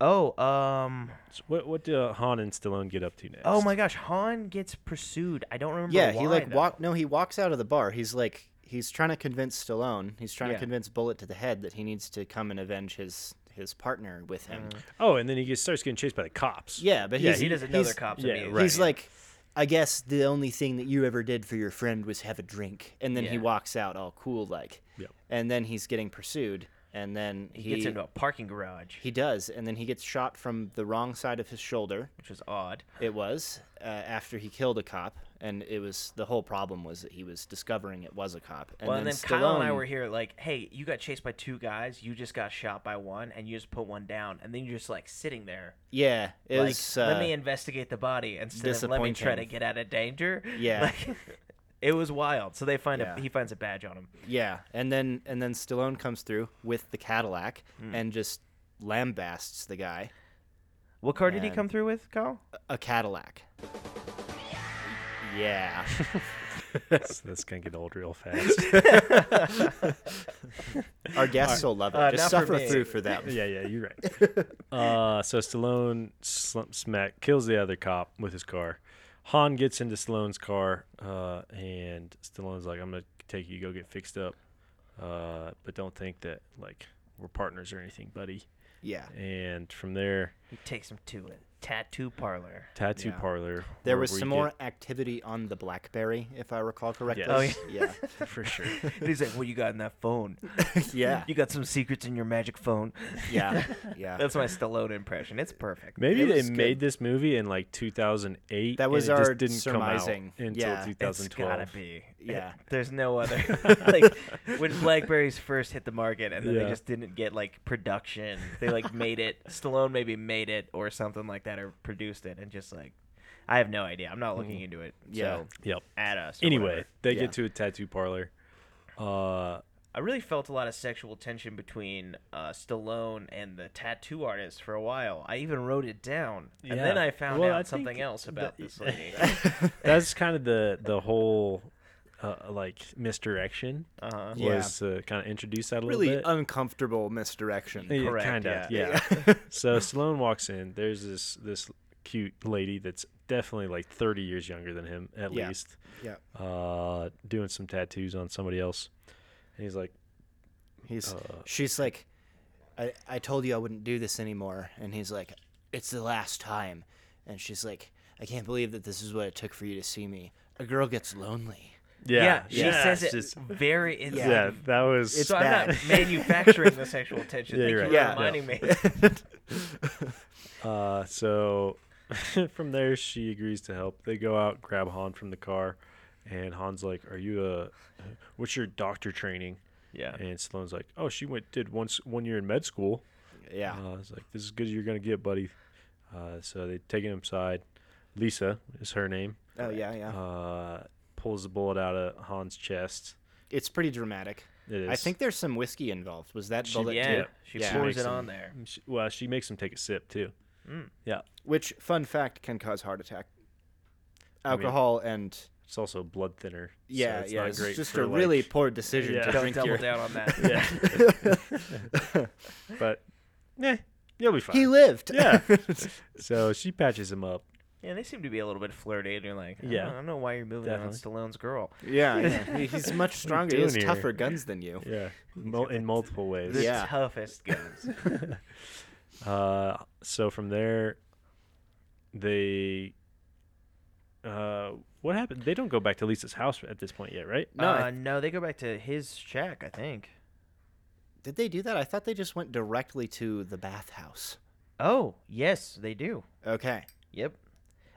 D: Oh, um,
E: So what what do Han and Stallone get up to next?
D: oh my gosh, Han gets pursued. I don't remember.
F: Yeah, he
D: why,
F: like
D: though.
F: walk. No, he walks out of the bar. He's like he's trying to convince Stallone. He's trying
D: Yeah.
F: to convince Bullet to the head that he needs to come and avenge his his partner with him.
E: Oh, and then he gets, starts getting chased by the cops.
F: Yeah, but
E: Yeah,
F: he's,
D: Mm-hmm. He doesn't know they're
F: he's-
D: cops.
E: yeah,
D: immediately.
E: right.
F: He's like, I guess the only thing that you ever did for your friend was have a drink, and then he
D: Yeah.
F: walks out all cool like.
E: Yep.
F: And then he's getting pursued, and then he
D: he gets into a parking garage,
F: he does, and then he gets shot from the wrong side of his shoulder.
D: which was odd.
F: It was uh, after he killed a cop, and it was the whole problem was that he was discovering it was a cop. And
D: well,
F: then,
D: and then
F: Stallone,
D: Kyle and I were here, like, hey, you got chased by two guys. You just got shot by one, and you just put one down, and then you're just like sitting there,
F: Yeah, it
D: like,
F: was. Uh,
D: let me investigate the body instead of let me try to
F: disappointing.
D: get out of danger.
F: Yeah.
D: Like, It was wild. So they find
F: Yeah.
D: a he finds a badge on him.
F: Yeah, and then and then Stallone comes through with the Cadillac
D: Hmm.
F: and just lambasts the guy.
D: What car did he
F: And-
D: come through with, Kyle?
F: A Cadillac. Yeah.
E: That's, that's gonna get old real fast.
F: Our guests will love it.
D: Uh,
F: just
D: not for
F: suffer
D: me.
F: through for them.
E: yeah, yeah, you're right. uh, so Stallone slump smack kills the other cop with his car. Han gets into Stallone's car, uh, and Stallone's like, "I'm gonna take you, go get fixed up, uh, but don't think that like we're partners or anything, buddy."
F: Yeah.
E: And from there,
D: He takes him to a tattoo parlor.
E: tattoo
F: Yeah.
E: parlor.
F: There
E: where
F: was
E: we
F: some
E: get-
F: more activity on the BlackBerry, if I recall correctly.
E: Oh,
F: yeah.
E: for sure.
D: And he's like, "What you got in that phone?
F: Yeah.
D: You got some secrets in your magic phone."
F: Yeah. Yeah.
D: That's my Stallone impression. It's perfect.
E: Maybe
F: It
E: they
F: was good.
E: made this movie in like 2008.
F: That
E: and
F: was
E: it just
F: our
E: didn't
F: surmising.
E: come out until
F: Yeah. It's
D: It's
E: 2012.
D: gotta be. It-
F: Yeah.
D: there's no other. like when Blackberries first hit the market, and then
E: Yeah.
D: they just didn't get like production. They like made it. Stallone maybe made it or something like that, or produced it, and just like, I have no idea. I'm not looking into it.
F: Yeah.
D: So
E: Yep.
D: at us. or
E: Mm-hmm. Anyway,
D: whatever.
E: they
F: Yeah.
E: get to a tattoo parlor. Uh,
D: I really felt a lot of sexual tension between uh, Stallone and the tattoo artist for a while. I even wrote it down, and then
E: Yeah.
D: I found
E: Well, I
D: out
E: think
D: something else about
E: that-
D: this lady.
E: that's kind of the the whole uh, like misdirection
D: Uh-huh.
F: Yeah.
E: was to kind of introduce that a little
F: Really
E: bit.
F: uncomfortable misdirection.
E: Yeah,
D: correct,
E: kinda,
D: yeah.
E: yeah. so Stallone walks in. There's this this cute lady that's definitely like 30 years younger than him at
F: Yeah.
E: least.
F: Yeah.
E: Uh, doing some tattoos on somebody else, and he's like,
F: He's she's like, I, I told you I wouldn't do this anymore, and he's like, it's the last time, and she's like, I can't believe that this is what it took for you to see me. A girl gets lonely.
D: Yeah,
E: "Yeah,
D: she says it
E: it's just-
D: very. It's
F: Yeah.
D: like
E: yeah, that was
F: It's
D: So I'm
F: bad.
D: not manufacturing the sexual tension.
E: Yeah,
D: Thank
E: you're
D: you for
E: right.
F: Yeah.
D: reminding me.
E: Uh, so from there, she agrees to help. They go out, grab Han from the car, and Han's like, "Are you a? What's your doctor training?"
D: Yeah.
E: And Stallone's like, "Oh, she went did once one year in med school."
F: Yeah.
E: Uh, it's like this is good as you're gonna get, buddy. Uh, so they take him inside. Lisa is her name.
F: oh yeah, yeah.
E: Uh, pulls the bullet out of Han's chest.
F: it's pretty dramatic.
E: It
F: I
E: is.
F: think there's some whiskey involved. Was that bullet
D: yeah,
F: too?
D: she
F: Yeah.
D: pours
E: Makes
D: it
E: him-
D: on there.
E: She, well, she makes him take a sip too.
F: Mm.
E: Yeah,
F: Which, fun fact, can cause heart attack.
E: mean-
F: Alcohol and
E: it's also blood thinner. so
F: yeah,
E: it's
F: yeah.
E: not
F: it's
E: great
F: just
E: for,
F: a really
E: like-
F: poor decision
E: Yeah.
F: to
E: Don't
D: Don't
F: drink
D: double
F: your.
D: down on that.
E: Yeah. but yeah, you'll be fine.
F: He lived.
E: yeah. so she patches him up.
D: Yeah, they seem to be a little bit flirty, and you're like, I
E: Yeah.
D: don't, I don't know why you're moving on Stallone's girl.
F: yeah, yeah. He- He's much stronger. He
E: doing
F: has
E: here?
F: tougher guns than you.
E: Yeah. Mul- in multiple ways.
D: The
F: Yeah.
D: toughest guns.
E: Uh, so from there, they. Uh, what happened? They don't go back to Lisa's house at this point yet, right?
F: No, I-
D: uh, no, they go back to his shack, I think.
F: Did they do that? I thought they just went directly to the bathhouse.
D: Oh, yes, they do.
F: Okay.
D: Yep.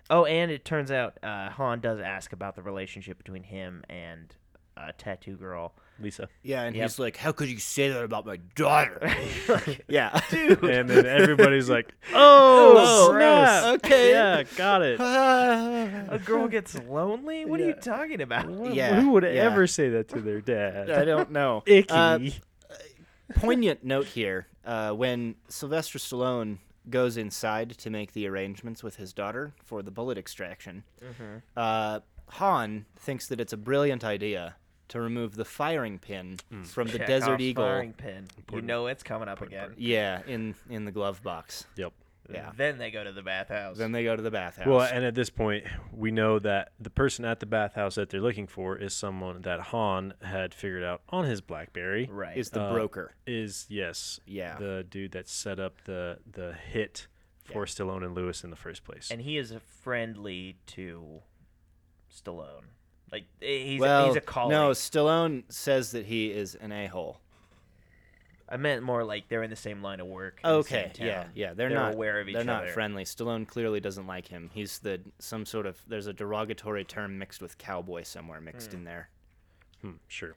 D: Oh, and it turns out uh, Han does ask about the relationship between him and uh, Tattoo Girl.
E: Lisa.
F: Yeah, and
D: Yep.
F: he's like, "How could you say that about my daughter?" yeah.
E: And then everybody's like, "Oh,
D: Oh,
E: snap.
F: gross. Okay.
E: yeah, got it."
F: Ah.
D: A girl gets lonely? What are you talking about?
F: Yeah,
E: Who would
F: yeah.
E: ever say that to their dad?
F: I don't know.
E: Icky.
F: Uh, poignant note here uh, when Sylvester Stallone goes inside to make the arrangements with his daughter for the bullet extraction,
D: Mm-hmm.
F: uh, Han thinks that it's a brilliant idea to remove the firing pin from the
D: Chekhov's
F: Desert Eagle.
D: Mm. firing pin. You know it's coming up again.
F: Yeah, in in the glove box.
E: yep.
F: Yeah.
D: Then they go to the bathhouse.
F: Then they go to the bathhouse.
E: Well, and at this point, we know that the person at the bathhouse that they're looking for is someone that Han had figured out on his BlackBerry.
D: right.
F: is the broker.
E: Uh, Is yes,
F: Yeah.
E: the dude that set up the the hit for Stallone and Lewis in the first place.
D: Uh, and he is friendly to Stallone. Like eh, he's
F: well,
D: he's a colleague.
F: no, Stallone says that he is an a-hole.
D: I meant more like they're in the same line of work. in the
F: Okay,
D: same
F: yeah,
D: town.
F: yeah, they're, not
D: aware of each
F: They're
D: other.
F: not friendly. Stallone clearly doesn't like him. He's the some sort of there's a derogatory term mixed with cowboy somewhere mixed
D: Hmm.
F: in there.
E: sure.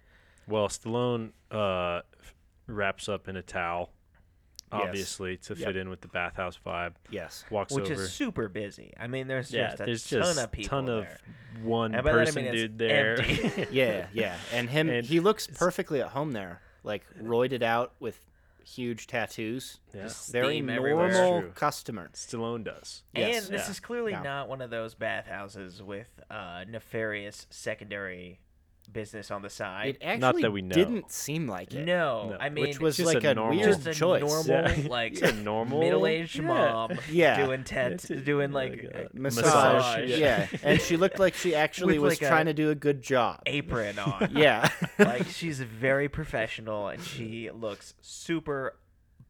E: Well, Stallone uh, f- wraps up in a towel obviously, to fit in with the bathhouse vibe.
F: Yes.
E: Walks
D: which
E: over.
D: is super busy. I mean, there's
E: yeah,
D: just a
E: there's
D: ton
E: just
D: of people
E: ton of
D: there.
E: one
D: And by that I
E: person
D: mean it's
E: dude there.
D: empty.
F: Yeah, yeah. And him,
E: And
F: he looks perfectly at home there, like roided out with huge tattoos.
E: Yeah.
F: Just Very
D: Steam everywhere.
F: normal
E: True.
F: customer.
E: Stallone does.
F: Yes,
D: and this
E: yeah,
D: is clearly
F: yeah.
D: not one of those bathhouses with uh, nefarious secondary business on the
F: It
D: side.
F: actually
E: Not that we know.
F: didn't seem like it.
D: no,
E: No,
D: I mean,
F: which was
E: just
F: like
E: a
F: a,
E: normal-
F: weird
D: just a
F: choice.
D: normal,
E: Yeah.
D: like
E: Just a normal-
D: middle-aged
E: Yeah.
D: mom,
F: Yeah.
D: doing tet,
E: That's it,
D: doing
E: like
D: like,
E: a
D: a
F: Massage.
D: Massage,
F: Yeah.
E: yeah.
F: and she looked like she actually
D: With,
F: was
D: like, a-
F: trying to do a good job.
D: apron on.
F: Yeah.
D: like she's very professional, and she looks super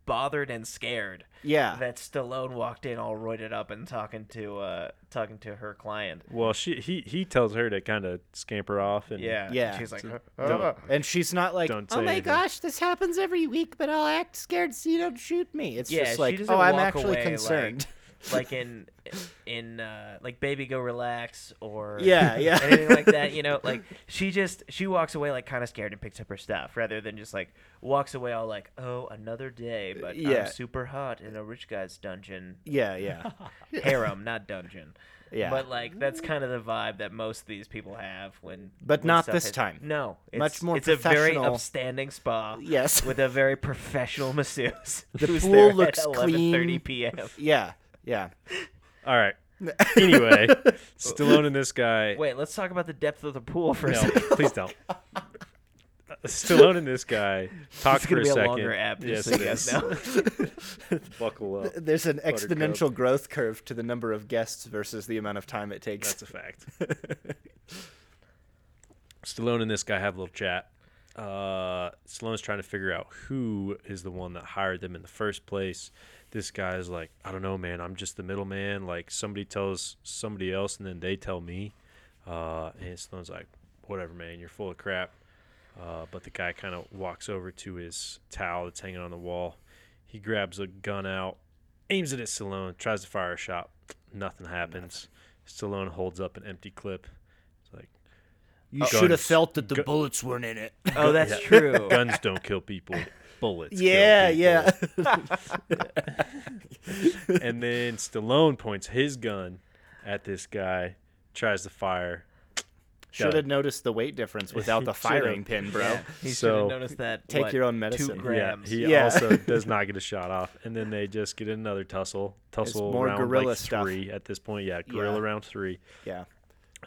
D: bothered and scared.
F: yeah.
D: that Stallone walked in all roided up and talking to uh talking to her client.
E: Well, she he he tells her to kind of scamper off and
D: Yeah,
F: Yeah.
D: She's like,
E: Don't-
F: And she's not like,
E: Don't
F: oh
E: say
F: my
E: anything."
F: gosh, this happens every week, but I'll act scared so you don't shoot me. It's
D: Yeah,
F: just
D: she
F: like,
D: doesn't
F: oh, I'm
D: walk
F: actually
D: away, like-
F: concerned.
D: like in in uh like baby go relax or
F: Yeah, yeah.
D: anything like that you know like she just she walks away like kind of scared and picks up her stuff rather than just like walks away all like oh another day but
F: Yeah.
D: i'm super hot in a rich guy's dungeon
F: yeah, yeah.
D: harem not dungeon
F: Yeah.
D: but like that's kind of the vibe that most of these people have when
F: But
D: when
F: not
D: stuff
F: this
D: hits-
F: time.
D: no it's,
F: Much more
D: it's a very
F: professional.
D: upstanding spa
F: Yes.
D: with a very professional masseuse.
F: The
D: who's
F: pool
D: there at
F: looks
D: 11:30
F: clean.
D: p.m.
F: yeah, yeah.
E: All right. Anyway, Stallone and this guy.
D: Wait, let's talk about the depth of the pool for a
E: no,
D: second.
E: please don't. Uh, Stallone and this guy talk
D: It's
E: for
D: gonna
E: a
D: be a
E: second.
D: longer app.
E: yes,
D: Just so you
E: it
D: guys
E: is.
D: know.
E: Buckle up.
F: There's an
E: Buttercup.
F: exponential growth curve to the number of guests versus the amount of time it takes.
E: That's a fact. Stallone and this guy have a little chat. Uh, Stallone's trying to figure out who is the one that hired them in the first place. This guy's like, I don't know, man. I'm just the middleman. Like somebody tells somebody else, and then they tell me. Uh, and Stallone's like, whatever, man. You're full of crap. Uh, but the guy kind of walks over to his towel that's hanging on the wall. He grabs a gun out, aims it at Stallone, tries to fire a shot. Nothing happens. Stallone holds up an empty clip. It's like,
F: you
E: should have
F: felt that
E: the Gu-
F: bullets weren't in it.
D: Oh, that's true.
E: guns don't kill people, bullets. kill
F: Yeah,
E: people."
F: yeah.
E: And then Stallone points his gun at this guy, tries to fire.
F: Should have noticed the weight difference without the
E: Should've.
F: firing pin, bro.
D: Yeah, he should
E: So-
D: have noticed that.
F: Take
D: what,
F: your own medicine.
D: Two
F: Yeah,
E: Yeah,
D: grams.
E: he
F: Yeah.
E: also does not get a shot off. And then they just get another tussle. Tussle
F: more
E: round
F: guerrilla
E: like
F: stuff.
E: three at this point. Yeah, guerrilla
F: Yeah.
E: round three.
F: Yeah.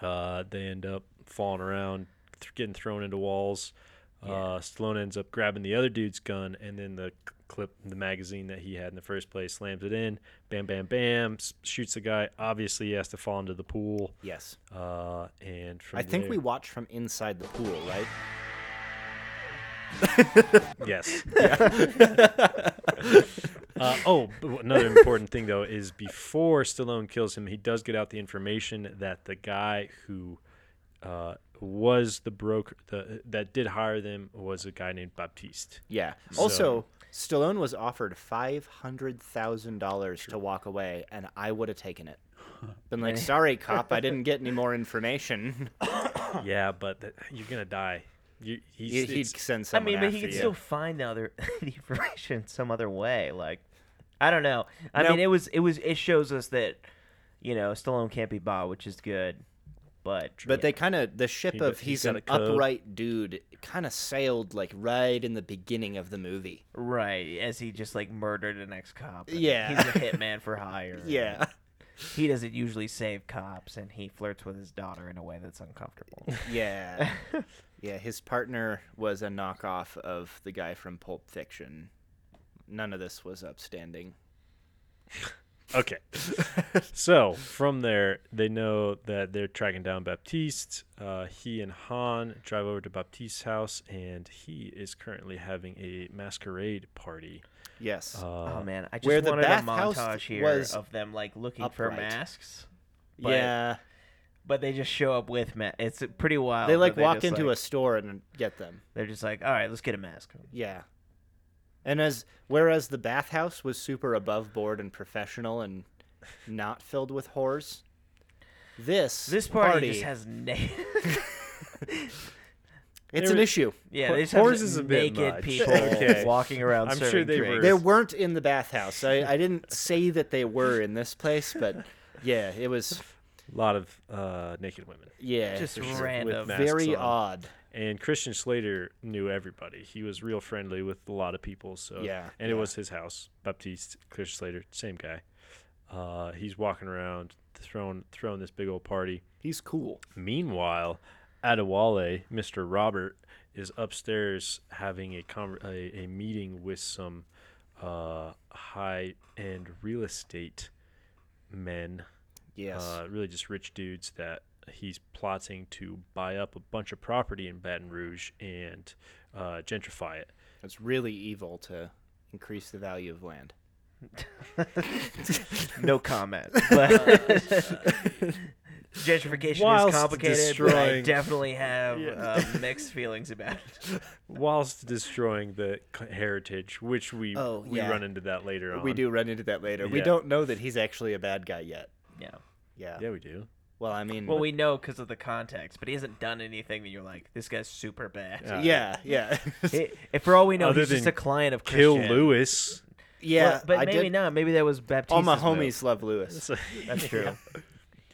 E: Uh, they end up falling around, th- getting thrown into walls. Uh, Stallone ends up grabbing the other dude's gun, and then the c- clip, the magazine that he had in the first place, slams it in. Bam, bam, bam. s- Shoots the guy. Obviously, he has to fall into the pool.
F: Yes.
E: Uh, and from
F: I think
E: there-
F: we watch from inside the pool, right?
E: Yes. uh, oh, but another important thing though is before Stallone kills him, he does get out the information that the guy who uh, was the broker the, that did hire them was a guy named Baptiste.
F: Yeah. Also, Stallone was offered five hundred thousand dollars to walk away, and I would have taken it. Been like, sorry, cop, I didn't get any more information.
E: Yeah, but th- you're gonna die. You, he's,
F: He- He'd
E: it's-
F: send
D: I
F: someone
D: mean, but he
F: after
D: could
F: you.
D: still find the other the information some other way. Like, I don't know. I
F: No.
D: mean, it was it was it shows us that you know Stallone can't be bought, which is good. But
F: But they kind of the ship
E: He-
F: of
E: he's
F: he's
E: got
F: an
E: a code.
F: upright dude kind of sailed like right in the beginning of the movie.
D: right as he just like murdered an ex cop.
F: Yeah.
D: he's a hitman for hire. and
F: Yeah.
D: he doesn't usually save cops, and he flirts with his daughter in a way that's uncomfortable.
F: Yeah. yeah, his partner was a knockoff of the guy from Pulp Fiction. None of this was upstanding.
E: Okay. so from there, they know that they're tracking down Baptiste. Uh, he and Han drive over to Baptiste's house, and he is currently having a masquerade party.
F: Yes.
E: Uh,
D: oh man, I just
F: where the
D: wanted a
F: bathhouse
D: montage here
F: was
D: of them like looking for
F: upright.
D: masks, but-
F: yeah.
D: but they just show up with masks. It's pretty wild.
F: They like
D: that
F: walk
D: just,
F: into
D: like-
F: a store and get them.
D: They're just like, all right, let's get a mask.
F: Yeah. And as whereas the bathhouse was super above board and professional and not filled with whores, this
D: This party, just has na-
F: It's
E: There
F: an
E: is-
F: issue.
D: Yeah,
E: Ho-
D: they just have
E: whores is a bit
D: naked
E: much.
D: people
E: Okay.
D: walking around
E: I'm sure
D: serving
E: they
D: drinks.
E: were-
F: They weren't in the bathhouse. I, I didn't say that they were in this place, but yeah, it was
E: A lot of uh, naked women.
F: yeah,
D: Just
E: With
D: random.
E: masks
F: very
E: on.
F: odd.
E: And Christian Slater knew everybody. He was real friendly with a lot of people. So
F: Yeah,
E: and it
F: yeah.
E: was his house. Baptiste, Christian Slater, same guy. Uh, he's walking around, throwing throwing this big old party.
F: He's cool.
E: Meanwhile, Adewale, Mr. Robert, is upstairs having a conver- a, a meeting with some uh, high end real estate men.
F: Yes.
E: Uh, really just rich dudes that he's plotting to buy up a bunch of property in Baton Rouge and uh, gentrify it.
F: It's really evil to increase the value of land.
D: No comment. But gentrification
E: Whilst
D: is complicated. But I
E: destroying-
D: definitely have uh, mixed feelings about it.
E: Whilst destroying the c- heritage, which we
F: Oh,
E: we
F: yeah.
E: run into that later on.
F: We do run into that later. We
E: Yeah.
F: don't know that he's actually a bad guy yet.
D: Yeah.
F: Yeah.
E: Yeah, we do.
F: Well, I mean,
D: Well, we know because of the context, but he hasn't done anything that you're like, this guy's super bad.
E: Yeah.
F: yeah, yeah,
D: He- if for all we know,
E: Other
D: he's just
E: than
D: a client of
E: Kill
D: Christian.
E: Lewis.
F: yeah.
D: but, but
F: I
D: maybe
F: did-
D: not. Maybe that was Baptiste.
F: All my homies love Lewis.
D: That's true.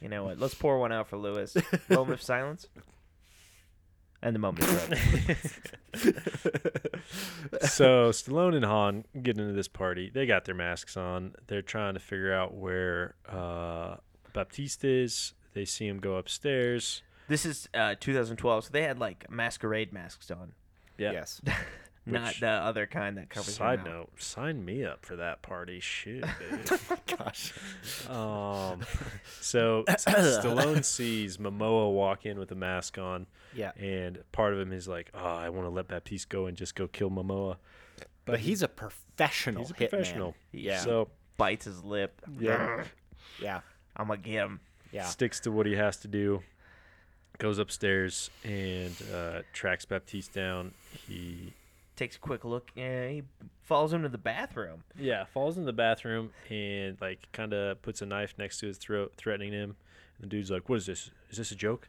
D: You know what? Let's pour one out for Lewis. Moment of silence. And the moment of silence.
E: so Stallone and Han get into this party. They got their masks on. They're trying to figure out where uh, Baptiste is. They see him go upstairs.
D: This is uh, 2012, so they had like masquerade masks on,
E: Yeah.
F: Yes.
D: not
E: Which-
D: the other kind that covers. your
E: Side
D: mouth.
E: note: Sign me up for that party. Shit. dude.
F: Oh Gosh.
E: um, so S- Stallone sees Momoa walk in with a mask on.
F: Yeah.
E: And part of him is like, "Oh, I want to let Baptiste go and just go kill Momoa."
F: But he's a professional.
E: He's a
F: hitman.
E: professional.
F: Yeah.
E: So
D: bites his lip.
E: yeah.
F: yeah.
D: I'm gonna get him.
F: Yeah.
E: sticks to what he has to do, goes upstairs and uh, tracks Baptiste down. He
D: Takes a quick look, and he follows him to the bathroom.
E: yeah falls in the bathroom and like kind of puts a knife next to his throat, threatening him. And the dude's like, "What is this? Is this a joke?"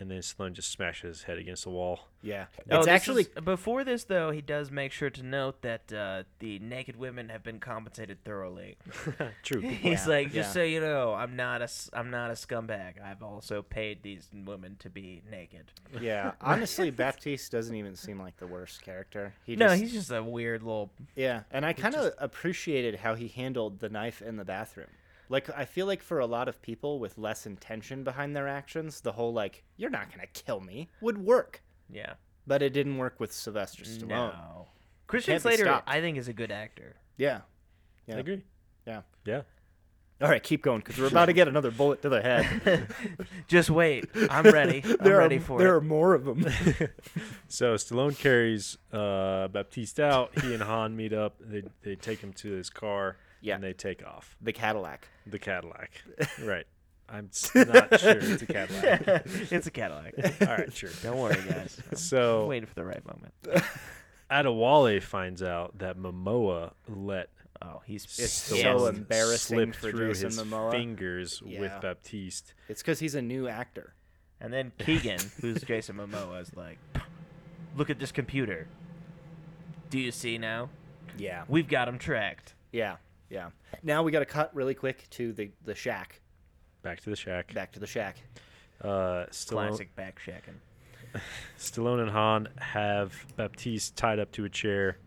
E: And then Stallone just smashes his head against the wall.
F: Yeah.
D: Oh, this
F: it's actually
D: is- before this though. He does make sure to note that uh, the naked women have been compensated thoroughly.
E: True. good point.
D: He's like, just
F: yeah.
D: so you know, I'm not a, s- I'm not a scumbag. I've also paid these women to be naked.
F: yeah. Honestly, Baptiste doesn't even seem like the worst character. He
D: no,
F: just,
D: he's just a weird little.
F: Yeah, and I kind of appreciated how he handled the knife in the bathroom. Like, I feel like for a lot of people with less intention behind their actions, the whole like "you're not gonna kill me" would work,
D: Yeah.
F: but it didn't work with Sylvester Stallone.
D: No. Christian
F: Can't be
D: Slater,
F: stopped.
D: I think, is a good actor.
F: Yeah.
E: I
F: Yeah.
E: agree.
F: Yeah.
E: Yeah.
F: All right, keep going because we're about to get another bullet to the head.
D: Just wait. I'm ready. I'm
F: are,
D: ready for
F: there
D: it.
F: are more of them.
E: So Stallone carries uh, Baptiste out. He and Han meet up. They they take him to his car.
F: Yeah.
E: And they take off.
F: the Cadillac.
E: The Cadillac. Right. I'm s- not sure it's a Cadillac.
D: it's a Cadillac.
E: All right, sure.
D: Don't worry, guys. I'm
E: So
D: waiting for the right moment.
E: Adewale finds out that Momoa let
D: Oh, he's
E: it's
D: pissed.
F: so
D: Yes.
F: em- embarrassing
E: slip
F: for
E: through
F: Jason
E: his
F: Momoa.
E: fingers
F: Yeah.
E: with Baptiste.
F: It's because he's a new actor.
D: And then Keegan, who's Jason Momoa, is like, look at this computer. Do you see now?
F: Yeah.
D: We've got him tracked.
F: Yeah. Yeah. Now we got to cut really quick to the the shack.
E: Back to the shack.
F: Back to the shack.
E: Uh, Stallone,
D: Classic back shacking.
E: Stallone and Han have Baptiste tied up to a chair.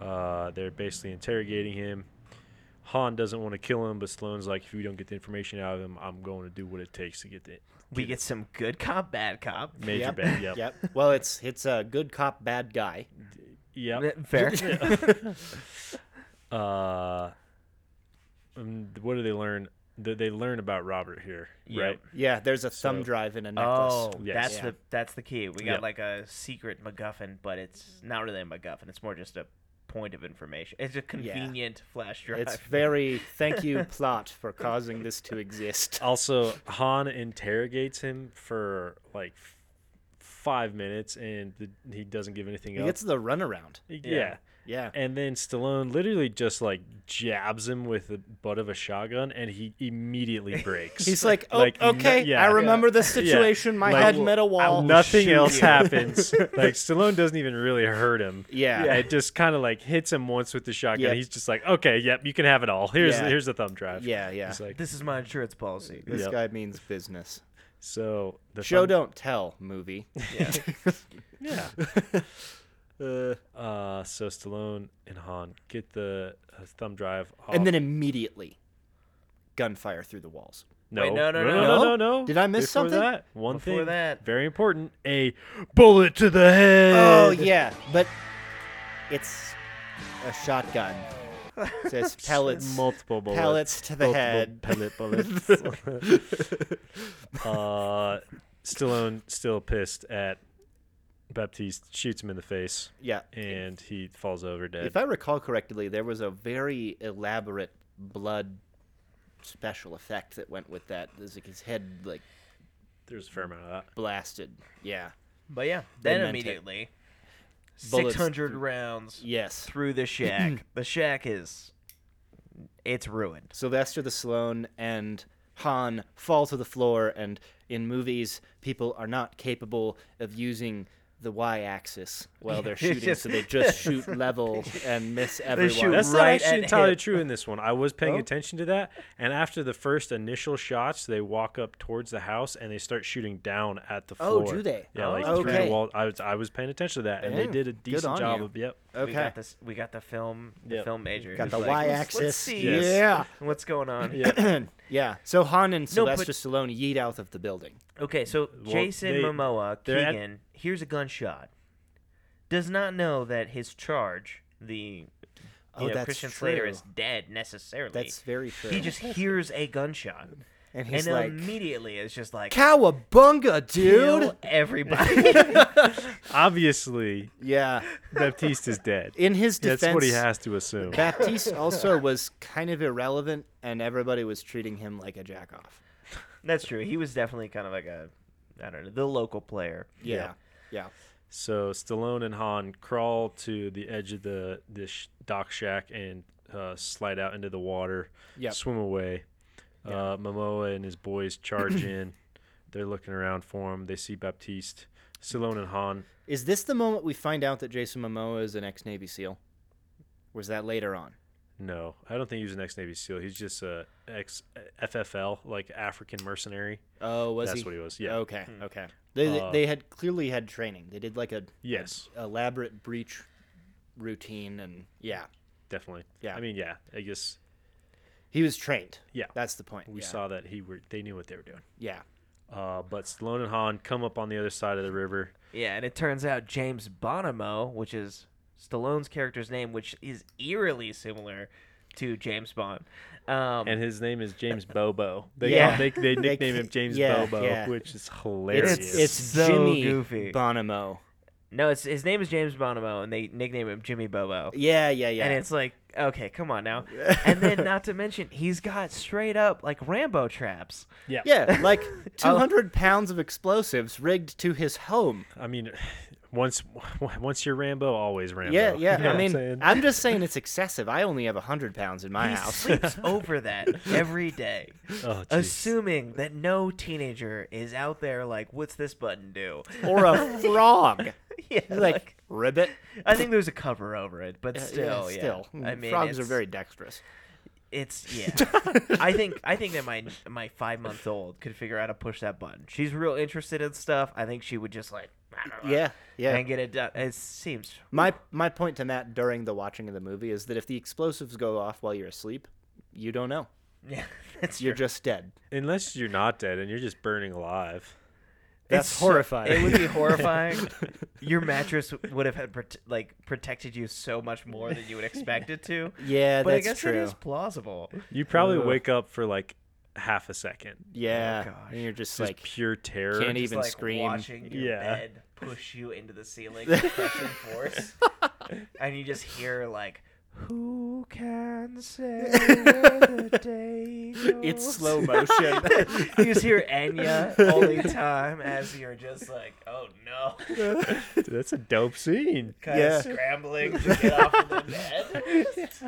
E: Uh, they're basically interrogating him. Han doesn't want to kill him, but Stallone's like, if you don't get the information out of him, I'm going to do what it takes to get the
D: We get some good cop, bad cop.
E: major
F: Yep.
E: bad. Yep.
F: Yep. Well, it's it's a good cop, bad guy.
E: Yep.
D: Fair.
E: Uh, um, what do they learn? They- They learn about Robert here,
D: Yep.
E: right?
F: Yeah, there's a thumb
E: So-
F: drive in a necklace.
D: Oh,
E: Yes.
D: that's
F: Yeah.
D: the that's the key. We got
E: Yep.
D: like a secret MacGuffin, but it's not really a MacGuffin. It's more just a point of information. It's a convenient flash drive.
F: It's very thank you plot for causing this to exist.
E: Also, Han interrogates him for like f- five minutes, and the, he doesn't give anything
F: He
E: up.
F: gets the runaround.
E: He- yeah.
D: Yeah.
F: Yeah.
E: And then Stallone literally just like jabs him with the butt of a shotgun, and he immediately breaks.
F: He's like, oh,
E: Like, no-
F: okay,
E: yeah.
F: I remember this
E: Yeah.
F: situation. My
E: Like,
F: head met a wall.
E: Nothing
F: Shoot
E: else
F: you.
E: happens. like Stallone doesn't even really hurt him.
F: Yeah.
E: it just kind of like hits him once with the shotgun.
F: Yep.
E: He's just like, okay, yep, you can have it all. Here's
F: Yeah.
E: here's the thumb drive.
F: Yeah, yeah.
E: He's like,
D: This is my insurance policy.
F: This
E: Yep.
F: guy means business.
E: so the
F: Show
E: thumb-
F: don't tell movie.
E: Yeah.
F: Uh,
E: Uh, so Stallone and Han get the uh, thumb drive off.
F: and then immediately, gunfire through the walls.
E: no,
D: Wait, no, no,
E: no,
D: no,
E: no, no,
F: no.
E: no.
F: Did I miss
E: Before
F: something?
E: That, one
D: Before
E: thing
D: that.
E: very important: a bullet to the head.
F: Oh yeah, but it's a shotgun. So it's pellets,
E: multiple bullets,
F: pellets to the
E: multiple
F: head.
E: pellet bullets. uh, Stallone still pissed at Baptiste, shoots him in the face,
F: Yeah.
E: and he falls over dead.
F: If I recall correctly, there was a very elaborate blood special effect that went with that. It was like his head like
E: There's a fair amount of that.
F: blasted. Yeah.
D: But yeah, then
F: meant it.
D: immediately, six
F: Bullets
D: hundred rounds
F: Yes.
D: through the shack. the shack is, it's ruined.
F: Sylvester the Stallone and Han fall to the floor, and in movies, people are not capable of using the y-axis while they're shooting,
D: just-
F: so they just shoot level and miss everyone.
D: shoot
E: That's not
D: Right at
E: actually entirely
D: him.
E: true in this one. I was
F: Oh.
E: paying attention to that, and after the first initial shots, they walk up towards the house and they start shooting down at the
F: Oh,
E: floor.
F: do they?
E: Yeah, like
F: Oh,
E: through
F: okay.
E: the wall. I was I was paying attention to that, and they
F: Yeah,
E: did a
F: good
E: decent
F: on
E: job
F: you.
E: of yep.
D: We
F: okay.
D: got this. We got the film. The
E: Yep.
D: film major.
F: Got
D: who's
F: the
D: like, "Let's-
F: y-axis.
D: Let's see
E: Yes.
F: Yeah.
D: what's going on.
F: Yeah. So Han and
D: No, but-
F: Sylvester Stallone yeet out of the building.
D: Okay, so Jason
E: they-
D: Momoa
E: they're at-
D: Keegan hears a gunshot, does not know that his charge, the you
F: Oh,
D: know,
F: that's
D: Christian Slater,
F: true.
D: is dead necessarily.
F: That's very true.
D: He just hears a gunshot,
F: and he's
D: and
F: like,
D: immediately it's just like
F: "Cowabunga, dude!"
D: kill everybody.
E: Obviously,
F: Yeah.
E: Baptiste is dead.
F: In his defense,
E: That's what he has to assume.
F: Baptiste also was kind of irrelevant, and everybody was treating him like a jackoff.
D: That's true. He was definitely kind of like a, I don't know, the local player.
F: Yeah. Yeah.
E: So Stallone and Han crawl to the edge of the this sh- dock shack and uh, slide out into the water.
F: Yep.
E: swim away. Uh, Momoa and his boys charge in. They're looking around for him. They see Baptiste, Stallone, and Han.
F: Is this the moment we find out that Jason Momoa is an ex Navy SEAL? Was that later on?
E: No, I don't think he was an ex-Navy SEAL. He's just a ex FFL, like African mercenary.
F: Oh, was
E: That's
F: he? Hmm.
E: what he was. Yeah.
F: Okay. Okay. They
E: Uh,
F: they had clearly had training. They did like a
E: Yes,
F: elaborate breach routine, and yeah,
E: definitely.
F: Yeah.
E: I mean, yeah. I guess
F: he was trained.
E: Yeah.
F: That's the point.
E: we
F: yeah.
E: saw that he were they knew what they were doing.
F: Yeah.
E: Uh, but Stallone and Han come up on the other side of the river.
D: Yeah, and it turns out James Bonomo, which is Stallone's character's name, which is eerily similar to James Bond. Um,
E: and his name is James Bobo. They
F: Yeah.
E: they, they nickname him James
F: Yeah,
E: Bobo,
F: yeah.
E: which is hilarious.
F: It's it's
D: so
F: Jimmy
D: goofy.
F: Bonomo.
D: No, it's his name is James Bonomo, and they nickname him Jimmy Bobo.
F: Yeah. Yeah. Yeah.
D: And it's like, okay, come on now. and then, not to mention, he's got straight up like Rambo traps.
E: yeah.
F: yeah, like 200 pounds of explosives rigged to his home.
E: I mean, once once you're Rambo, always Rambo.
F: Yeah, yeah.
E: You know what
F: I
E: I'm
F: mean,
E: saying?
F: I'm, just saying it's excessive. I only have 100 pounds in my
D: He
F: house.
D: sleeps over that every day,
E: Oh, jeez.
D: assuming that no teenager is out there like, what's this button do?
F: or a frog.
D: yeah,
F: He's like, ribbit.
D: I think there's a cover over it, but
F: Yeah,
D: still, yeah.
F: still.
D: I mean,
F: Mm, frogs are
D: it's-
F: very dexterous.
D: It's yeah. I think I think that my my five month old could figure out how to push that button. She's real interested in stuff. I think she would just like I don't know,
F: Yeah, yeah.
D: and get it done. It seems
F: My my point to Matt during the watching of the movie is that if the explosives go off while you're asleep, you don't know.
D: yeah. That's
F: You're
D: true.
F: just dead.
E: unless you're not dead and you're just burning alive.
F: That's
D: It's-
F: horrifying.
D: It would be horrifying. Your mattress would have had prote- like protected you so much more than you would expect it to.
F: yeah,
D: but
F: that's
D: I guess
F: true.
D: it is plausible.
E: You probably wake up for like half a second,
F: Yeah,
D: gosh.
F: and you're just,
E: just
F: like
E: pure terror.
F: can't e
D: Just
F: even
D: like
F: scream.
D: watching your
E: Yeah.
D: bed push you into the ceiling with crushing force, and you just hear like Who can say where the day goes?
F: It's slow motion.
D: You just hear Enya all the time as you're just like, oh no,
E: Dude, that's a dope scene.
D: kind
F: Yeah.
D: of scrambling to get off of the bed.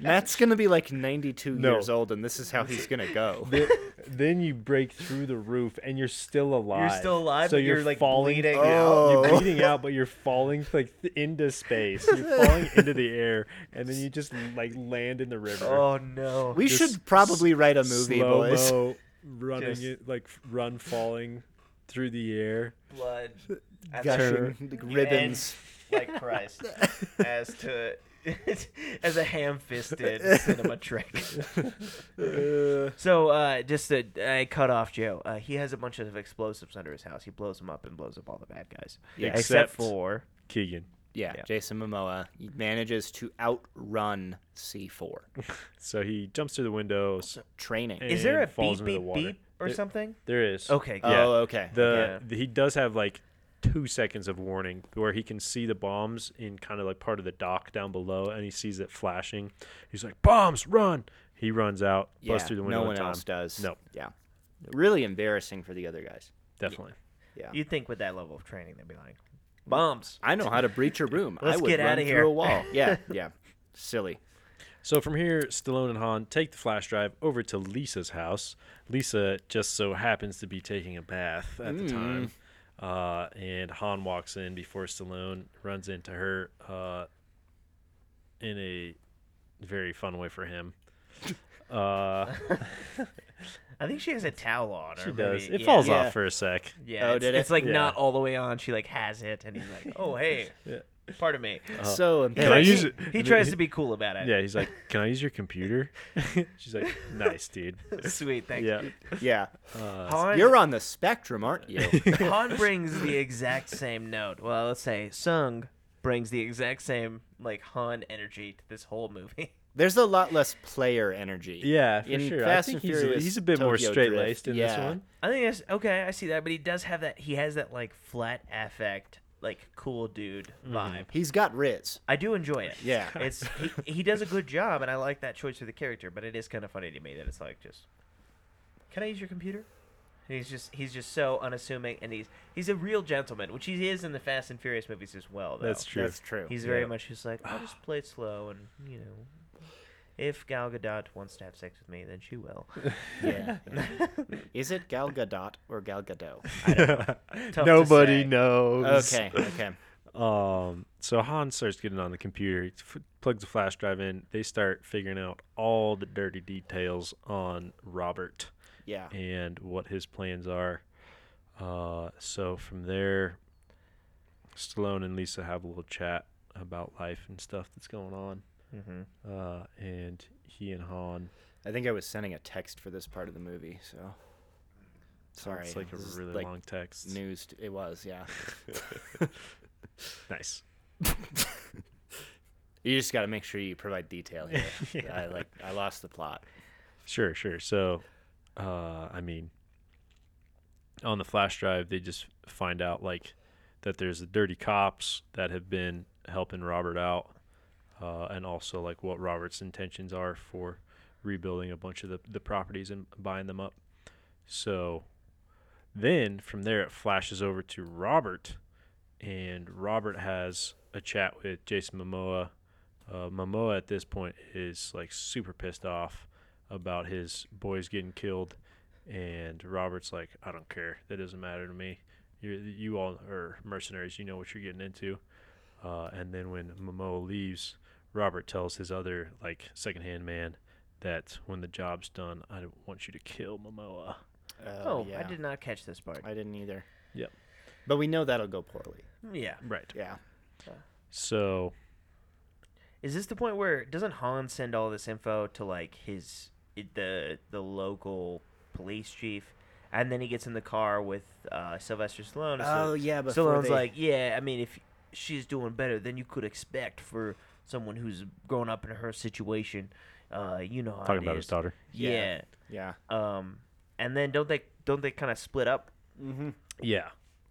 F: Matt's gonna be like 92
E: No.
F: years old, and this is how he's gonna go.
E: Th- then you break through the roof and you're still alive.
D: still alive,
E: so
D: but
E: you're,
D: you're, like,
E: falling
D: bleeding
E: out.
F: out.
E: You're bleeding out, but you're falling like th- into space. You're falling into the air, and then you just like land in the river.
D: Oh no.
F: We
E: Just
F: should probably write a movie,
E: Slow-mo
F: boys.
E: running
D: Just-
E: it like run falling through the air.
D: blood as
F: Gushing like, ribbons.
D: like Christ as to as a ham-fisted cinema trick. so uh, just to, I cut off Joe. Uh, he has a bunch of explosives under his house. He blows them up and blows up all the bad guys.
F: Yeah.
D: Except,
E: Except-
D: for
E: Keegan,
F: Yeah,
D: Yeah.
F: Jason Momoa manages to outrun C4
E: so he jumps through the window.
F: training.
E: And-
D: is there a
E: falls
D: beep
E: into the
D: beep
E: water.
D: beep or
E: It-
D: something?
E: There is.
D: Okay.
F: Oh,
D: good.
F: okay.
E: The,
D: Yeah.
E: the- he does have like two seconds of warning where he can see the bombs in kind of like part of the dock down below, and he sees it flashing. He's like, "Bombs, run!" He runs out,
F: yeah,
E: busts through the window.
F: no
E: in
F: one
E: time.
F: else does.
E: No,
F: Yeah. Really embarrassing for the other guys.
E: definitely.
F: Yeah.
D: You'd think with that level of training they'd be like bombs.
F: I know how to breach a room. I
D: Let's
F: would
D: get
F: run
D: outta
F: through
D: here.
F: a wall. Yeah, yeah. Silly.
E: So from here, Stallone and Han take the flash drive over to Lisa's house. Lisa just so happens to be taking a bath at
F: Mm.
E: the time, uh, and Han walks in before Stallone runs into her uh, in a very fun way for him. Uh,
D: I think she has a towel on her.
E: She does.
D: maybe.
E: It
D: Yeah.
E: falls
F: Yeah.
E: off for a sec.
D: Yeah,
F: Oh,
D: it's,
F: did it?
D: it's like
E: Yeah.
D: not all the way on. She like has it, and he's like, "Oh, hey, pardon me."
F: so
D: He
E: Uh, Can I
D: tries-
F: embarrassing.
E: use
D: he-
E: it?
D: He tries to be cool about it.
E: Yeah, he's like, "Can I use your computer?" She's like, "Nice, dude."
D: sweet. Thanks.
E: Yeah,
F: Yeah.
D: Han,
F: You're on the spectrum, aren't you?
D: Han brings the exact same note. Well, let's say Sung brings the exact same like Han energy to this whole movie.
F: There's a lot less player energy.
E: yeah, for
F: In
E: sure.
F: Fast
E: I
F: and
E: think he's,
F: Furious
E: he's a bit more
F: Tokyo
E: straight laced
F: Drift,
E: in this
F: yeah.
E: one.
D: I think that's okay. I see that, but he does have that. He has that like flat affect, like cool dude vibe.
F: He's got Riz.
D: I do enjoy it.
F: Yeah.
D: it's he, he does a good job, and I like that choice for the character. But it is kind of funny to me that it's like just, can I use your computer? And he's just he's just so unassuming, and he's he's a real gentleman, which he is in the Fast and Furious movies as well. Though.
E: That's true.
F: That's true.
D: He's very
E: Yeah.
D: much just like I'll just play it slow, and you know, if Gal Gadot wants to have sex with me, then she will.
F: Yeah. Is it Gal Gadot or Gal Gadot?
D: to
E: Nobody
D: say.
E: knows.
F: Okay, okay.
E: Um, so Han starts getting on the computer, he f- plugs the flash drive in. They start figuring out all the dirty details on Robert
F: Yeah.
E: and what his plans are. Uh, so from there, Stallone and Lisa have a little chat about life and stuff that's going on. Mm-hmm. Uh, and he and Han,
F: I think I was sending a text for this part of the movie, so. Sorry.
E: it's like a
F: this is,
E: really
F: like,
E: long text.
F: News. It was, yeah.
E: Nice.
F: You just got to make sure you provide detail here. I like. I lost the plot.
E: Sure, sure. So, uh, I mean, on the flash drive, they just find out like that there's the dirty cops that have been helping Robert out, uh, and also like what Robert's intentions are for rebuilding a bunch of the, the properties and buying them up. So, then from there, it flashes over to Robert, and Robert has a chat with Jason Momoa. Uh, Momoa at this point is like super pissed off about his boys getting killed, and Robert's like, "I don't care. That doesn't matter to me. You you all are mercenaries. You know what you're getting into." Uh, and then when Momoa leaves, Robert tells his other like secondhand man that when the job's done, I want you to kill Momoa.
D: Oh, I did not catch this part.
F: I didn't either.
E: Yep.
F: But we know that'll go poorly.
D: yeah,
E: Right.
F: Yeah.
E: So
D: Is this the point where doesn't Han send all this info to like his i- the the local police chief, and then he gets in the car with uh, Sylvester Stallone? and
F: Oh,
D: Syl-
F: yeah, before
D: Stallone's
F: they-
D: like, yeah. I mean, if she's doing better than you could expect for someone who's grown up in her situation, uh, you know, how
E: talking
D: it
E: about
D: is."
E: his daughter.
D: Yeah.
F: Yeah.
D: Um, and then don't they don't they kind of split up?
E: Yeah.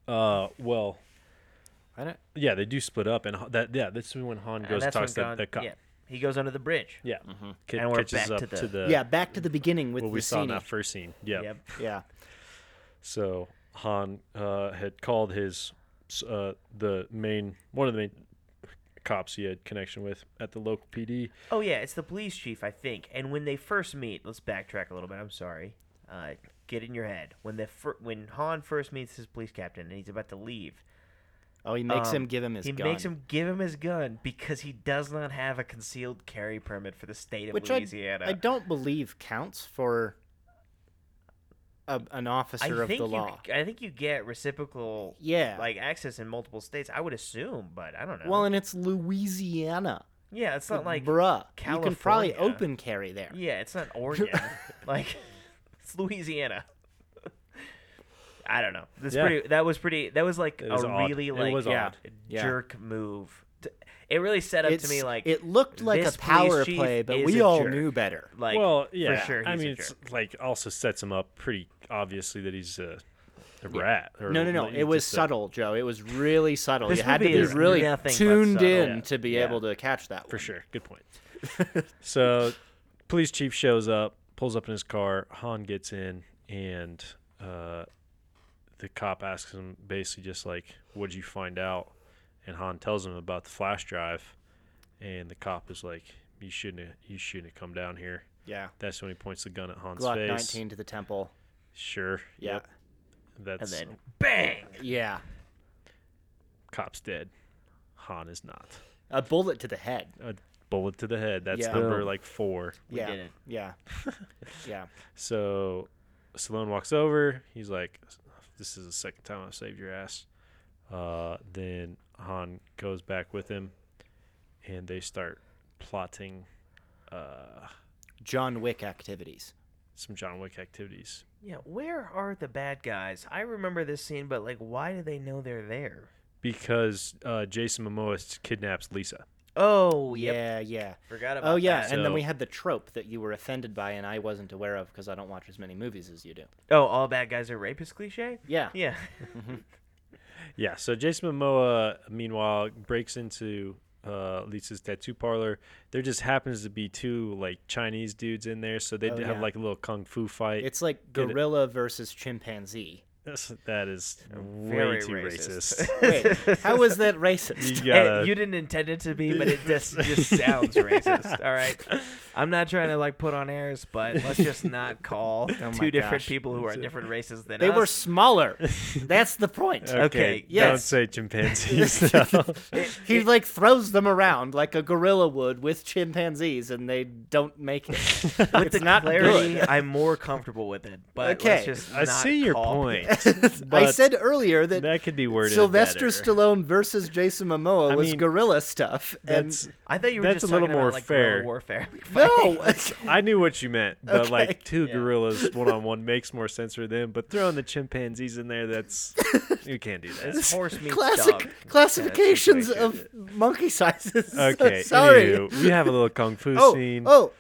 E: Uh. Well.
F: I don't.
E: Yeah, they do split up, and Han- that yeah, this is when Han
D: And
E: goes and
D: that's when
E: talks to
D: Gon-
E: the cop.
D: yeah. He goes under the bridge.
E: Yeah. Ca-
D: And we're
E: catches
D: back
E: up
D: to the-
E: to the
F: yeah, back to the beginning with
E: what we saw in
F: Rossini.
E: that first scene. Yeah.
D: Yep.
F: Yeah.
E: So Han uh, had called his s- uh, the main one of the main cops he had connection with at the local PD.
D: Oh yeah, it's the police chief, I think. And when they first meet, let's backtrack a little bit. I'm sorry. Uh, get in your head when the fir- when Han first meets his police captain and he's about to leave.
F: Oh, he makes him
D: um,
F: give him his
D: He
F: gun.
D: makes him give him his gun because he does not have a concealed carry permit for the state of
F: which I,
D: Louisiana.
F: I don't believe counts for a, an
D: I
F: officer of
D: think
F: the
D: you,
F: law.
D: I think you get reciprocal,
F: Yeah.
D: like access in multiple states. I would assume, but I don't know.
F: Well, and it's Louisiana.
D: yeah, it's not like
F: bruh, you can probably
D: California.
F: open carry there.
D: Yeah, it's not Oregon. like it's Louisiana. I don't know. This
E: Yeah.
D: pretty that was pretty that was like
E: It was
D: a
E: odd.
D: really
E: It
D: like
E: was
D: yeah,
E: odd.
F: Yeah.
D: jerk move. T- It really set up
F: It's-
D: to me like
F: it looked like a
D: this police
F: power
D: chief
F: play, but
D: is
F: we
D: a
F: all
D: jerk.
F: knew better.
D: like
E: well, yeah.
D: for sure
E: I
D: he's a
E: mean, it's
D: jerk.
E: like also sets him up pretty obviously that he's a, a rat. Or
F: No, no, no.
E: like,
F: It was
E: just a-
F: subtle, Joe. It was really subtle.
D: This
F: you had to
D: movie
F: be
D: is
F: really
D: nothing but
F: tuned
D: subtle.
F: in
E: Yeah.
F: to be
E: Yeah.
F: able to catch that.
E: For
F: one.
E: sure. Good point. so, police chief shows up, pulls up in his car. Han gets in, and uh, the cop asks him basically just like, "What'd you find out?" And Han tells him about the flash drive, and the cop is like, "You shouldn't. Have, you shouldn't have come down here."
F: Yeah.
E: That's when he points the gun at Han's
F: Glock
E: face.
F: 19 to the temple.
E: Sure.
F: Yeah.
E: Yep.
D: and
E: That's
D: then bang.
F: Yeah.
E: cop's dead. Han is not.
F: A bullet to the head.
E: A bullet to the head. That's
F: Yeah.
E: number
D: Boom.
E: like four.
D: We
F: yeah.
D: did it.
F: Yeah. yeah.
E: So Stallone walks over. He's like, "This is the second time I've saved your ass." Uh, then Han goes back with him, and they start plotting uh,
F: John Wick activities.
E: some John Wick activities.
D: Yeah, where are the bad guys? I remember this scene, but like why do they know they're there?
E: Because uh, Jason Momoa s- kidnaps Lisa.
D: Oh, yep.
F: Yeah, yeah.
D: Forgot about
F: Oh yeah,
D: that.
F: and then
E: So-
F: we had the trope that you were offended by and I wasn't aware of because I don't watch as many movies as you do.
D: Oh, all bad guys are rapists cliche?
F: Yeah.
D: Yeah.
E: Yeah. So Jason Momoa, meanwhile, breaks into uh, Lisa's tattoo parlor. There just happens to be two like Chinese dudes in there, so they
F: Oh,
E: d have
F: yeah.
E: like a little kung fu fight.
F: It's like
E: Get it.
F: gorilla versus chimpanzee.
E: That's, that is way
D: Very
E: too
D: racist.
E: racist.
F: Wait, how was that racist?
E: you
D: Hey,
E: gotta,
D: you didn't intend it to be, but it just just sounds racist. All right, I'm not trying to like put on airs, but let's just not call two
E: Oh
F: my
D: different
F: gosh.
D: people who are different races than
F: They
D: us.
F: were smaller. That's the point.
D: okay,
E: Don't
F: yes.
E: say chimpanzees. though.
F: He like throws them around like a gorilla would with chimpanzees, and they don't make it.
D: With the
F: it's not
D: clarity,
F: good.
D: I'm more comfortable with it. But
F: Okay,
D: let's just
E: I
D: not
E: see your
D: call-
E: point.
F: I
E: but
F: said earlier that,
E: that could be worded better.
F: Sylvester Stallone versus Jason Momoa
E: I
F: was
E: mean,
F: gorilla stuff,
E: That's,
D: I thought you were
E: That's
D: just
E: a little
D: talking about,
E: more
D: like, guerrilla warfare.
E: fair.
F: and no,
E: I knew what you meant, but
F: Okay.
E: like two gorillas one on one makes more sense for them. But throwing the chimpanzees in there, that's you can't do
D: It's
E: that.
D: horse meets
F: classic
D: dog.
F: classifications
D: Yeah,
F: of monkey sizes.
E: Okay,
F: sorry.
E: anywho, we have a little kung fu
F: oh,
E: scene.
F: Oh,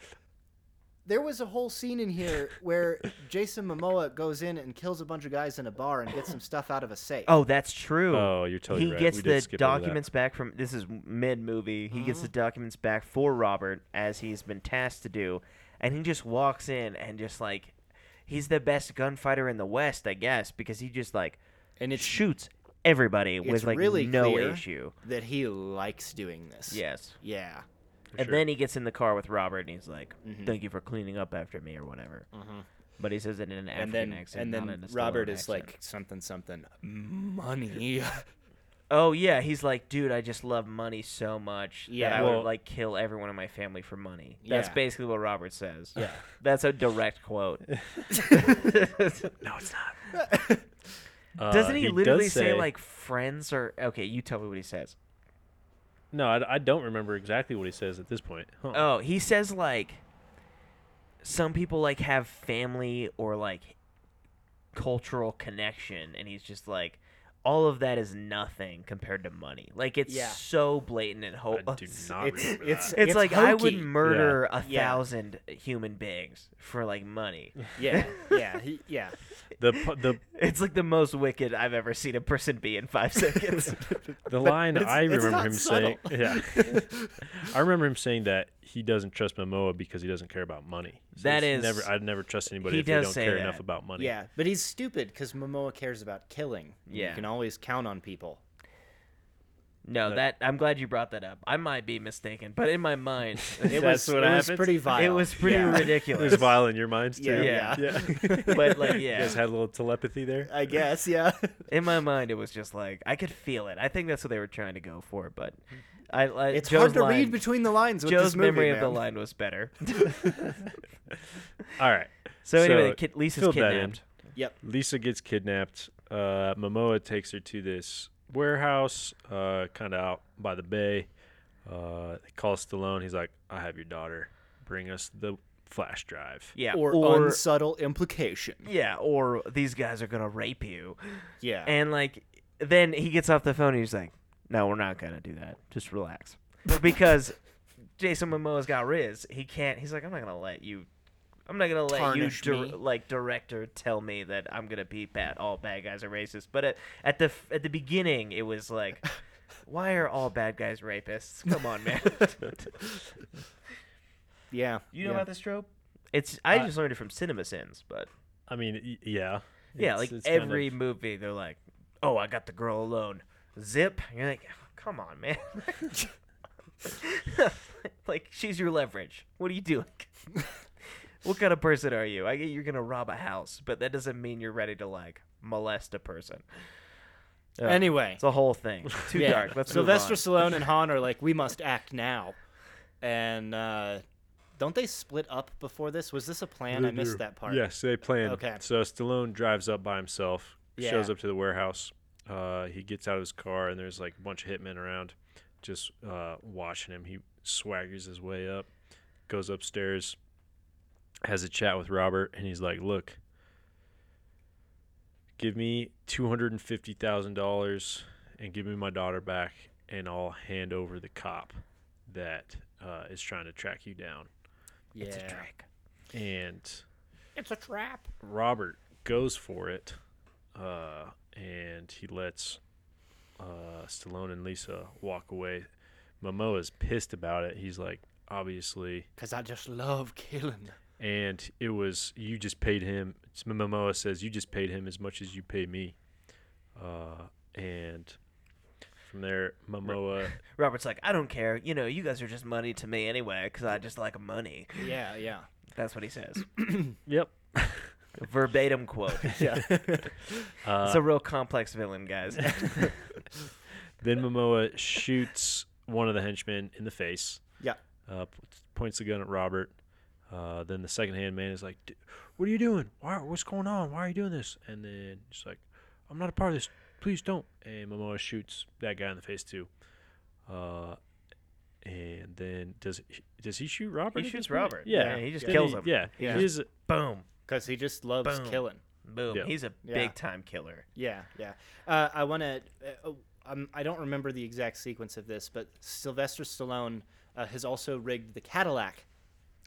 F: there was a whole scene in here where Jason Momoa goes in and kills a bunch of guys in a bar and gets some stuff out of a safe.
D: Oh, that's true.
E: Oh, you're totally
D: he
E: right.
D: gets
E: We did
D: the
E: skip over that.
D: documents back from this is mid movie. He gets the
F: Mm-hmm.
D: documents back for Robert as he's been tasked to do, and he just walks in and just like he's the best gunfighter in the West, I guess, because he just like
F: and it's
D: shoots everybody with
F: it's
D: like
F: really
D: no
F: clear
D: issue.
F: that he likes doing this.
D: Yes.
F: Yeah.
D: And
E: sure.
D: then he gets in the car with Robert and he's like,
F: Mm-hmm.
D: "Thank you for cleaning up after me" or whatever. But he says it in an African
F: And then
D: accent,
F: and
D: not
F: then
D: in a
F: Robert
D: Stallone
F: is
D: accent.
F: like something something money.
D: "Oh yeah," he's like, "Dude, I just love money so much that
F: Yeah.
D: I
E: Well-
D: would like kill everyone in my family for money." That's
F: Yeah.
D: basically what Robert says.
F: Yeah.
D: That's a direct quote.
E: no, it's not. Uh,
D: Doesn't he,
E: does
D: literally say, like friends or okay? You tell me what he says.
E: No, I, I don't remember exactly what he says at this point. Huh.
D: Oh, he says like some people like have family or like cultural connection, and he's just like, all of that is nothing compared to money. Like it's
F: Yeah.
D: so blatant and ho-
E: I do not
F: It's
E: remember
F: it's
E: that.
D: Oh, It's, like I would
F: hokey.
D: murder a
F: Yeah.
D: thousand human beings for like money.
F: Yeah, yeah, he, yeah.
E: the pu- the
D: It's like the most wicked I've ever seen a person be in five seconds.
E: the line
F: it's-
E: I
F: it's
E: remember
F: not
E: him saying. Yeah, I remember him saying that he doesn't trust Momoa because he doesn't care about money. So
D: That
E: it's
D: is-
E: never. I'd never trust anybody
D: he
E: if they
D: does
E: don't
D: say
E: care
D: that.
E: enough about money.
F: Yeah, but he's stupid because Momoa cares about killing.
D: Yeah.
F: you can always count on people.
D: no, that I'm glad you brought that up. I might be mistaken, but in my mind,
F: It
E: That's
F: was
E: what
F: it was
E: happens?
F: pretty vile.
D: it was pretty
F: Yeah.
E: it was
D: ridiculous.
E: vile in your minds too.
F: Yeah,
D: Yeah. Uh,
E: yeah.
D: but like,
E: You
D: yeah,
E: guys had a little telepathy there.
F: I guess, yeah.
D: in my mind, it was just like I could feel it. I think that's what they were trying to go for, but I, I
F: It's
D: Joe's
F: hard to
D: line-
F: read between the lines with
D: Joe's
F: this movie,
D: memory of the
F: man.
D: line was better.
E: All right.
D: So anyway, the kid, Lisa's
E: filled that in.
D: kidnapped.
F: Yep.
E: Lisa gets kidnapped. Uh, Momoa takes her to this warehouse, uh, kind of out by the bay. Uh, they call Stallone. He's like, "I have your daughter. Bring us the flash drive."
D: Yeah,
F: Or,
D: or,
F: unsubtle implication.
D: yeah, or these guys are gonna rape you,
F: Yeah.
D: and like then he gets off the phone and he's like, "No, we're not gonna do that. Just relax," because Jason Momoa's got Riz. He can't. He's like, "I'm not gonna let you." I'm not gonna let
F: Tarnish
D: you,
F: me.
D: dir- like director, tell me that I'm gonna be bad. All bad guys are racist. But at, at the f- at the beginning, it was like, why are all bad guys rapists? Come on, man.
F: yeah.
D: You know
F: yeah. Uh,
D: about this trope? It's I just learned it from Cinema Sins, but
E: I mean, y- yeah.
D: yeah,
E: It's-
D: like
E: it's kind of-
D: every movie, they're like, "Oh, I got the girl alone." Zip, and you're like, "Come on, man!" like she's your leverage. What are you doing? what kind of person are you? I get you're gonna rob a house, but that doesn't mean you're ready to like molest a person. Yeah.
F: Anyway.
D: It's a whole thing. Too
F: yeah.
D: dark. Let's
F: Sylvester
D: move on.
F: Stallone and Han are like, we must act now. And uh, don't they split up before this? Was this a plan? I
E: They do.
F: missed that part.
E: Yes, they plan.
F: Okay.
E: So Stallone drives up by himself, shows
F: Yeah.
E: up to the warehouse. Uh, he gets out of his car, and there's like a bunch of hitmen around just uh, watching him. He swaggers his way up, goes upstairs, has a chat with Robert, and he's like, Look, give me $250,000 and give me my daughter back, and I'll hand over the cop that uh, is trying to track you down
F: Yeah.
D: It's a trick.
E: and it's a trap. Robert goes for it, uh, and he lets uh, Stallone and Lisa walk away. Momoa's pissed about it. He's like, obviously,
F: Because I just love killing.
E: and it was you just paid him. it's- Momoa says you just paid him as much as you pay me, uh, and from there, Momoa.
D: Robert's like, I don't care. You know, you guys are just money to me anyway, because I just like money.
F: Yeah, yeah.
D: That's what he says.
E: yep.
D: verbatim quote.
F: Yeah.
D: it's a real complex villain, guys.
E: Then Momoa shoots one of the henchmen in the face.
F: yeah.
E: uh, p- points the gun at Robert. Uh, then the secondhand man is like, "D- "What are you doing? Why? What's going on? Why are you doing this?" And then she's like, "I'm not a part of this. Please don't." And Momoa shoots that guy in the face too. Uh, and then does he, does he shoot Robert?
D: He
E: at
D: shoots
E: this point?
D: Robert.
E: Yeah,
D: Yeah, he just
E: Then
D: kills him.
E: Yeah,
F: Yeah.
E: he is.
D: Boom,
F: Because he just loves
D: Boom.
F: killing.
D: boom.
E: Yeah.
D: He's a
F: Yeah.
D: big time killer.
F: Yeah, yeah. Uh, I want to. Uh, um, I don't remember the exact sequence of this, but Sylvester Stallone uh, has also rigged the Cadillac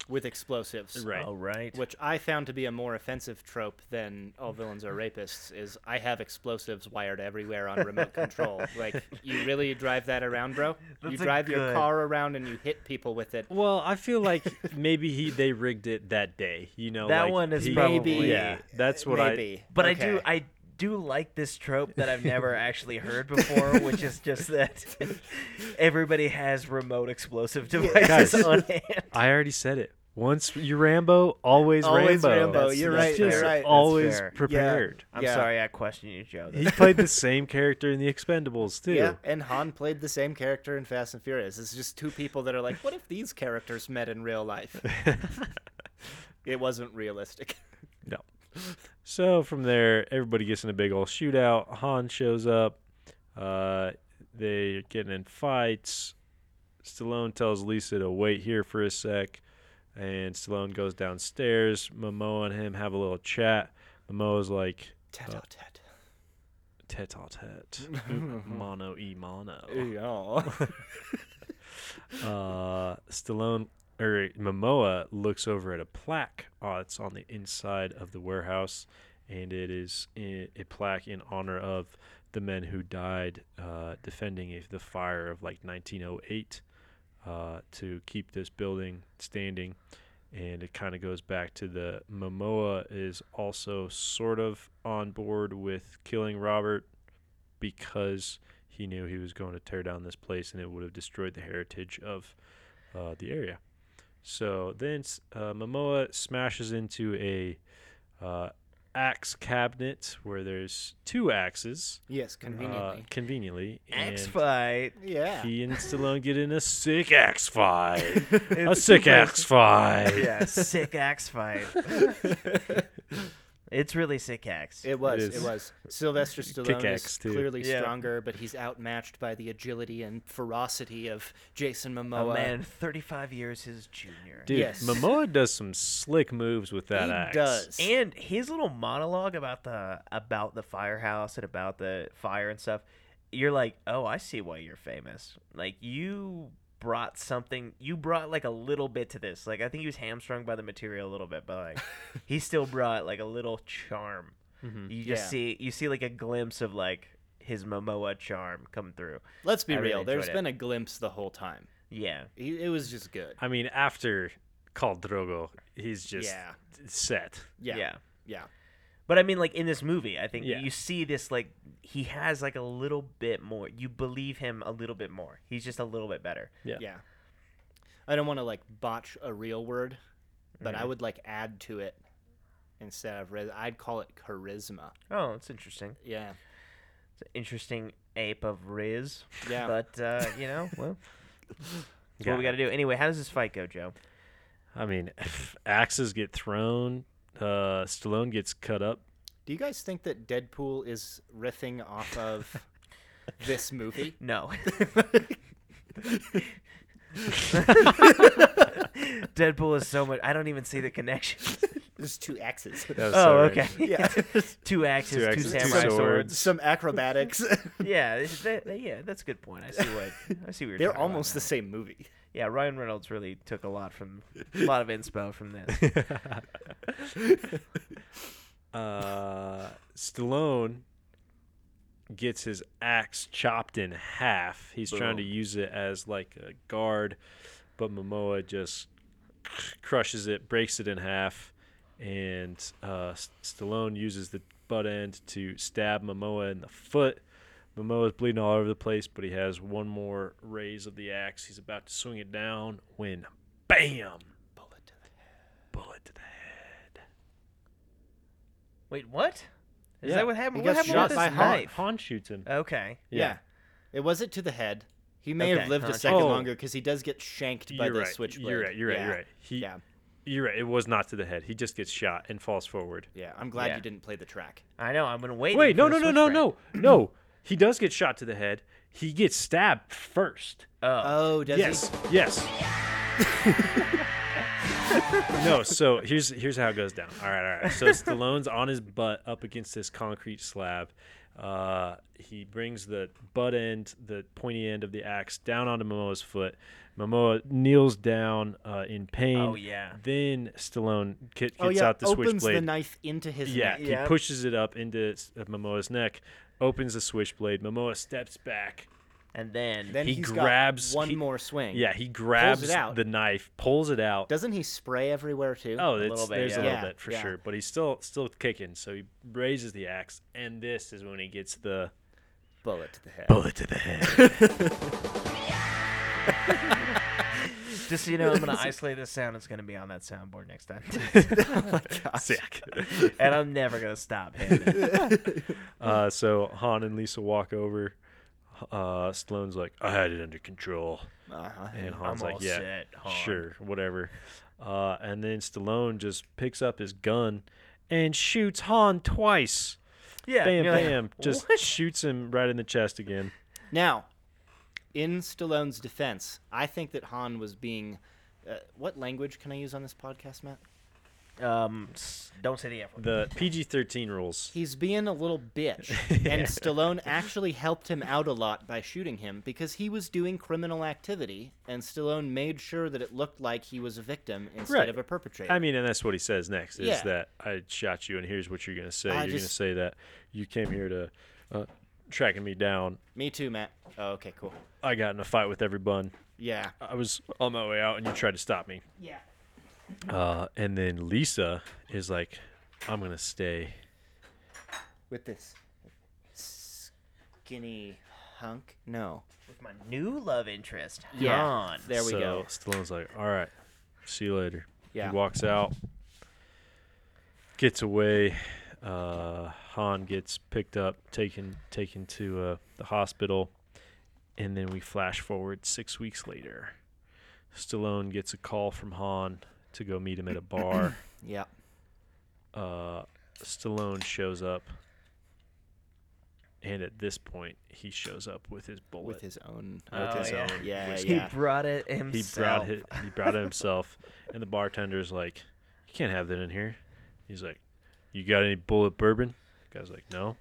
F: with explosives,
E: Right.
D: All right.
F: which I found to be a more offensive trope than all villains are rapists. Is I have explosives wired everywhere on remote control. Like you really drive that around, bro? you
D: That's a
F: drive your
D: good-
F: car around and you hit people with it.
E: Well, I feel like maybe he they rigged it that day. You know,
D: That
E: like,
D: one is
E: he-
D: probably-
F: Maybe.
E: yeah. That's what
F: Maybe.
D: But I do
F: Okay.
D: I do like this trope that I've never actually heard before, which is just that everybody has remote explosive devices
E: Guys.
D: on hand.
E: I I already said it. Once you're Rambo, always,
F: Always
E: Rambo.
F: Rambo.
E: That's-
F: You're
E: that's
F: right,
E: just
F: you're right. That's
E: Always
D: fair. Yeah.
E: prepared.
D: I'm
F: Yeah.
D: sorry I questioned you, Joe.
E: He played the same character in The Expendables too.
F: Yeah, and Han played the same character in Fast and Furious. It's just two people that are like, what if these characters met in real life? it wasn't realistic.
E: No. So from there, everybody gets in a big old shootout. Han shows up. Uh, they getting in fights. Stallone tells Lisa to wait here for a sec, and Stallone goes downstairs. Momoa and him have a little chat. Momoa's like,
F: Tat tat.
E: uh, tete a tete, mono e mono.
F: Yeah.
E: Uh, Stallone or Momoa looks over at a plaque. Uh, it's on the inside of the warehouse, and it is i a plaque in honor of the men who died uh, defending a, the fire of like 1908 uh, to keep this building standing. And it kind of goes back to the Momoa is also sort of on board with killing Robert because he knew he was going to tear down this place and it would have destroyed the heritage of uh, the area. So then s- uh, Momoa smashes into a uh, axe cabinet where there's two axes.
F: yes,
E: Uh,
F: conveniently.
E: conveniently,
D: Axe
E: and
D: fight.
F: yeah.
E: he and Stallone get in a sick axe fight. a
D: It's
E: sick
D: super-
E: axe fight.
D: Yeah, sick axe fight. it's really sick axe.
F: It was. It,
E: is.
F: was. Sylvester Stallone is
E: axe, too.
F: clearly
D: Yeah.
F: stronger, but he's outmatched by the agility and ferocity of Jason
D: a
F: Momoa.
D: man 35 years his junior.
E: Dude,
F: Yes.
E: Momoa does some slick moves with that
F: he
E: axe.
F: does.
D: And his little monologue about the about the firehouse and about the fire and stuff, you're like, oh, I see why you're famous. Like you brought something. You brought like a little bit to this. Like I think he was hamstrung by the material a little bit, but like he still brought like a little charm. You just
F: Mm-hmm. Yeah.
D: see you see like a glimpse of like his Momoa charm come through.
F: Let's be
D: I really
F: real. There's
D: enjoyed it.
F: been a glimpse the whole time.
D: Yeah.
F: He, it was just good.
E: I mean, after Khal Drogo, he's just
F: Yeah.
E: set.
F: Yeah. Yeah.
D: Yeah. But I mean, like in this movie, I think
E: Yeah.
D: you see this like he has like a little bit more. You believe him a little bit more. He's just a little bit better.
E: Yeah.
F: Yeah. I don't want to like botch a real word, but I would like add to it instead of res- I'd call it charisma.
D: Oh, it's interesting.
F: Yeah.
D: It's an interesting ape of Riz.
F: Yeah.
D: But uh, you know, well, that's what we
E: Yeah.
D: got to do anyway. How does this fight go, Joe?
E: I mean, axes get thrown. Uh, Stallone gets cut up.
F: Do you guys think that Deadpool is riffing off of this movie?
D: No. Deadpool is so much. I don't even see the connection.
F: There's two X's.
E: That was
D: Oh,
E: so
D: okay.
E: random.
F: Yeah.
D: two axes,
E: Two
D: two,
E: axes, two
D: samurai swords.
E: swords.
F: Some acrobatics.
D: Yeah, this- that, that- yeah, that's a good point. I see what I see. What you're talking
F: They're
D: about
F: almost
D: now.
F: the same movie.
D: Yeah, Ryan Reynolds really took a lot from a lot of inspo from this.
E: Uh, Stallone gets his axe chopped in half. He's trying to use it as like a guard, but Momoa just crushes it, breaks it in half, and uh, S- Stallone uses the butt end to stab Momoa in the foot. Momoa's bleeding all over the place, but he has one more raise of the axe. He's about to swing it down when, bam,
F: Bullet to the
E: bullet to the head.
D: Wait, what? Is
E: Yeah,
D: that what happened?
F: he
D: What
F: got
D: happened
F: shot
D: with his
F: by Han.
D: knife?
E: Han shoots him.
D: Okay.
F: Yeah. It was it to the head. He may have
D: Okay,
F: lived a
D: huh.
F: second
E: Oh.
F: longer because he does get shanked by
E: you're
F: the
E: right.
F: switchblade.
E: You're right. You're right.
F: Yeah.
E: You're right. He,
F: Yeah.
E: You're right. It was not to the head. He just gets shot and falls forward.
F: Yeah. I'm glad
D: Yeah.
F: you didn't play the track.
D: I know. I'm gonna wait.
E: Wait, no, no, no, no, no, no. He does get shot to the head. He gets stabbed first.
F: Oh, does
E: yes, yes. no, so here's here's how it goes down. All right, all right. So Stallone's on his butt up against this concrete slab. Uh, he brings the butt end, the pointy end of the axe, down onto Momoa's foot. Momoa kneels down uh, in pain.
D: Oh, yeah.
E: Then Stallone ki- gets
F: Oh, yeah.
E: out the
F: opens
E: switchblade.
F: the knife into his
E: Yeah,
F: neck.
E: he pushes it up into S- uh, Momoa's neck, opens the switchblade. Momoa steps back.
D: And then,
F: Then
E: He
F: he's
E: grabs-
F: got one
E: he-
F: more swing.
E: Yeah, he grabs
F: out.
E: the knife, pulls it out.
F: Doesn't he spray everywhere too?
E: oh,
D: little
E: it's,
D: bit,
E: there's
D: yeah.
E: a little
F: Yeah,
E: bit for
F: yeah.
E: sure, but he's still still kicking. So he raises the axe, and this is when he gets the
F: bullet to the head.
E: bullet to the head.
D: just so you know, I'm gonna isolate this sound. It's gonna be on that soundboard next time,
E: Sick.
D: and I'm never gonna stop hitting it.
E: uh, so Han and Lisa walk over. Uh, Stallone's like, I had it under control.
F: Uh-huh.
E: And Han's
D: I'm
E: like,
D: all
E: yeah,
D: set, Han."
E: sure, whatever. Uh, and then Stallone just picks up his gun and shoots Han twice.
D: Yeah.
E: Bam,
D: you're like,
E: bam. just
D: "What?"
E: shoots him right in the chest again.
F: Now, in Stallone's defense, I think that Han was being. Uh, what language can I use on this podcast, Matt?
D: Um, s- don't say the F word.
E: The PG thirteen rules.
F: He's being a little bitch. And Stallone actually helped him out a lot by shooting him because he was doing criminal activity, and Stallone made sure that it looked like he was a victim instead
E: Right.
F: of a perpetrator.
E: I mean, and that's what he says next is
F: Yeah.
E: that I shot you, and here's what you're gonna say.
F: I
E: you're gonna
F: just-
E: say that you came here to uh, tracking me down.
F: Me too, Matt. Oh, okay, cool.
E: I got in a fight with every bun.
F: Yeah.
E: I was on my way out, and you tried to stop me.
D: yeah.
E: Uh, and then Lisa is like, "I'm gonna stay."
F: With this skinny hunk? No.
D: With my new love interest.
F: Yeah.
D: Gone.
F: There we
E: so
F: go.
E: Stallone's like, "All right, see you later."
F: Yeah.
E: He walks out, gets away. Uh, Han gets picked up, taken taken to uh, the hospital, and then we flash forward six weeks later. Stallone gets a call from Han to go meet him at a bar.
F: Yeah.
E: uh, Stallone shows up, and at this point, he shows up with his bullet.
F: With his own.
E: with
D: Oh,
E: his
D: yeah.
E: own
F: Yeah,
E: whiskey.
F: yeah.
D: He brought it
E: He
D: himself.
E: brought his, he brought it himself, and the bartender's like, "You can't have that in here." He's like, "You got any bullet bourbon?" guy's like, "No."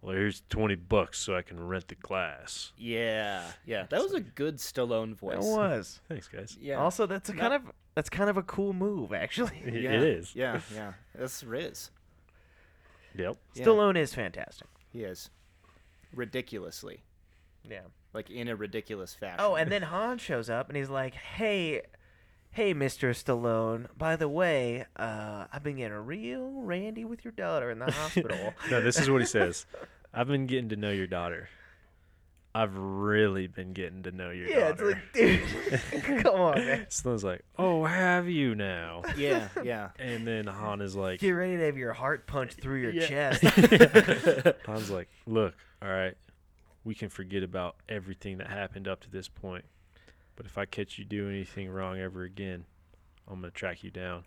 E: Well, here's twenty bucks so I can rent the glass.
F: Yeah. Yeah. That was a good Stallone voice.
D: It was.
E: Thanks, guys.
F: Yeah.
D: Also, that's a kind of that's kind of a cool move, actually.
E: It-
F: yeah.
E: it is.
F: Yeah. Yeah. That's Riz.
E: Yep.
F: Yeah.
D: Stallone is fantastic.
F: He is. Ridiculously.
D: Yeah.
F: Like in a ridiculous fashion.
D: Oh, and then Han shows up and he's like, "Hey, hey, Mister Stallone. By the way, uh, I've been getting real randy with your daughter in the hospital."
E: No, this is what he says. I've been getting to know your daughter. I've really been getting to know your
D: yeah, it's
E: daughter.
D: like, dude, come on, man.
E: Slim's like, "Oh, have you now?"
F: Yeah. Yeah.
E: And then Han is like,
D: Get ready to have your heart punched through your chest.
E: Han's like, "Look, all right, we can forget about everything that happened up to this point, but if I catch you doing anything wrong ever again, I'm gonna track you down."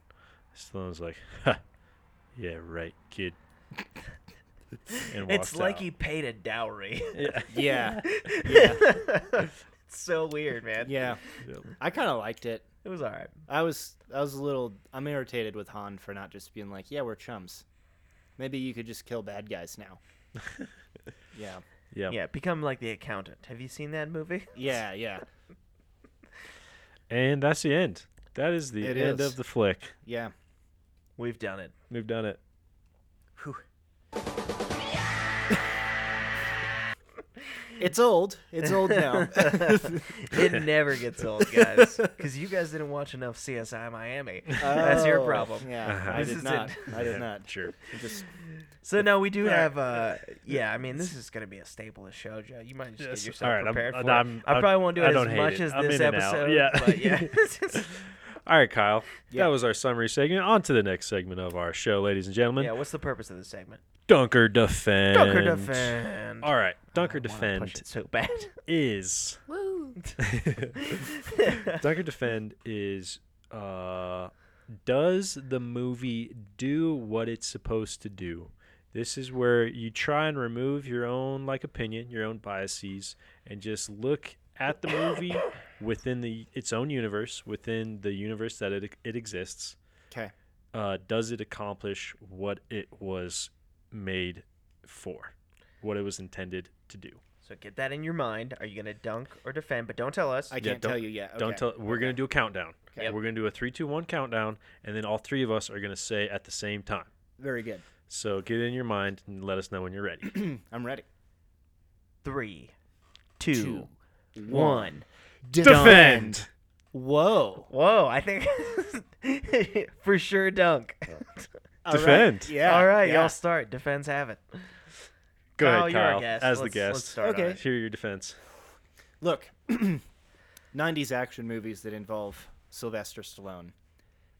E: Slim's like, ha, "Yeah, right, kid." And
D: it's
E: walks
D: like
E: out.
D: he paid a dowry.
F: Yeah.
D: it's so weird, man.
F: Yeah. I kind of liked it.
D: It was all right.
F: I was I was a little I'm irritated with Han for not just being like, yeah, we're chums. Maybe you could just kill bad guys now. yeah.
E: yeah,
D: Yeah, become like the accountant. Have you seen that movie?
F: Yeah, yeah.
E: And that's the end. That is the
F: It
E: end
F: is.
E: of the flick.
F: Yeah.
D: We've done it.
E: We've done it.
F: It's old. It's old now.
D: It never gets old, guys, because you guys didn't watch enough CSI Miami. That's your
F: Oh,
D: problem.
F: Yeah. I
D: This
F: did
D: is
F: not.
D: it.
F: I did not.
E: Sure.
F: I Just
D: So no, we do have. Uh, yeah, I mean, this is going to be a staple of show, Joe. You might just
E: Yes,
D: get yourself
E: all right, I'm-
D: prepared for it.
E: I'm-
D: I
E: I'm-
D: probably won't do
E: I
D: it
E: don't
D: as
E: hate
D: much
E: it.
D: as
E: I'm
D: this
E: in and out.
D: episode.
E: Yeah.
D: but yeah.
E: All right, Kyle.
F: Yeah.
E: That was our summary segment. On to the next segment of our show, ladies and gentlemen.
D: yeah. What's the purpose of this segment?
E: Dunker defend.
D: Dunker defend.
E: All right,
D: I
E: Dunker
D: wanna push
E: defend
D: it so bad.
E: is. Dunker defend is. Uh, does the movie do what it's supposed to do? This is where you try and remove your own like opinion, your own biases, and just look at the movie within the its own universe, within the universe that it it exists.
F: Okay.
E: uh, does it accomplish what it was made for, what it was intended to do?
D: so get that in your mind. Are you going to dunk or defend? But don't tell us.
F: I
E: Yeah,
F: can't
E: don't-
F: tell you yet.
E: Don't
F: Okay.
E: tell. We're gonna do a countdown.
F: Okay. Yep.
E: We're gonna do a three, two, one countdown, and then all three of us are gonna say at the same time.
F: Very good.
E: So get it in your mind and let us know when you're ready.
F: I'm ready.
D: Three, two, one.
F: Two,
E: Defend.
F: Whoa.
D: Whoa! I think for sure dunk.
F: All right.
E: Defend.
F: Yeah.
D: All right,
F: yeah.
D: y'all start. Defense have it.
E: Go
D: Kyle,
E: ahead,
D: you're our
E: Kyle.
D: guest.
E: As the
D: Let's-
E: guest,
D: let's start
F: on Okay. it.
E: Hear your defense.
F: Look, 90s action movies that involve Sylvester Stallone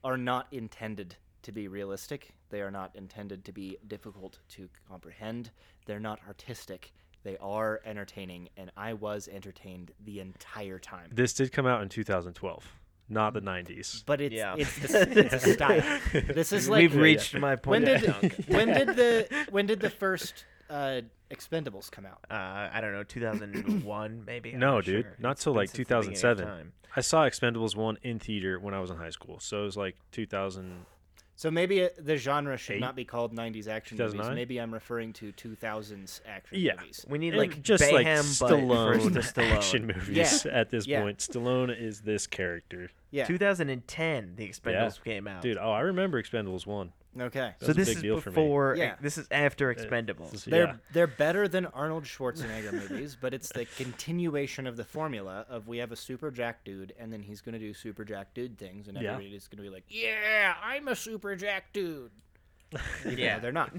F: are not intended to be realistic. They are not intended to be difficult to comprehend. They're not artistic. They are entertaining, and I was entertained the entire time.
E: This did come out in 2012, not the 90s.
F: But it's
D: Yeah.
F: it's, the, it's the style. This is like
D: We've reached my
F: when
D: point. of
F: did
D: dunk.
F: when did the when did the first uh, Expendables come out?
D: uh, I don't know, 2001 maybe. I'm
E: No,
D: not
E: dude,
D: sure.
E: not
D: It's
E: till
D: been
E: like
D: since the beginning of
E: 2007.
D: time.
E: I saw Expendables one in theater when I was in high school, so it was like 2000.
F: So maybe it, the genre should
E: Eight?
F: not be called 90s action movies.
E: 2009?
F: Maybe I'm referring to 2000s action
E: Yeah.
F: movies.
B: We need
E: And
B: like
E: just
B: Bayham,
E: like
B: but
E: Stallone,
D: first to Stallone.
E: action movies
F: Yeah.
E: at this
F: Yeah.
E: point. Stallone is this character,
F: Yeah.
B: 2010, the Expendables came out.
E: dude. Oh, I remember Expendables one.
F: Okay.
E: That
D: so
E: was a
D: this
E: big
D: is
E: deal for me. Uh,
D: before.
F: Yeah.
D: This is after
E: This is-
D: Expendables.
F: They're
E: yeah.
F: they're better than Arnold Schwarzenegger movies, but it's the continuation of the formula of we have a super jack dude, and then he's gonna do super jack dude things, and
E: Yeah.
F: everybody's gonna be like, "Yeah, I'm a super jack dude." Even though
D: Yeah.
F: they're not.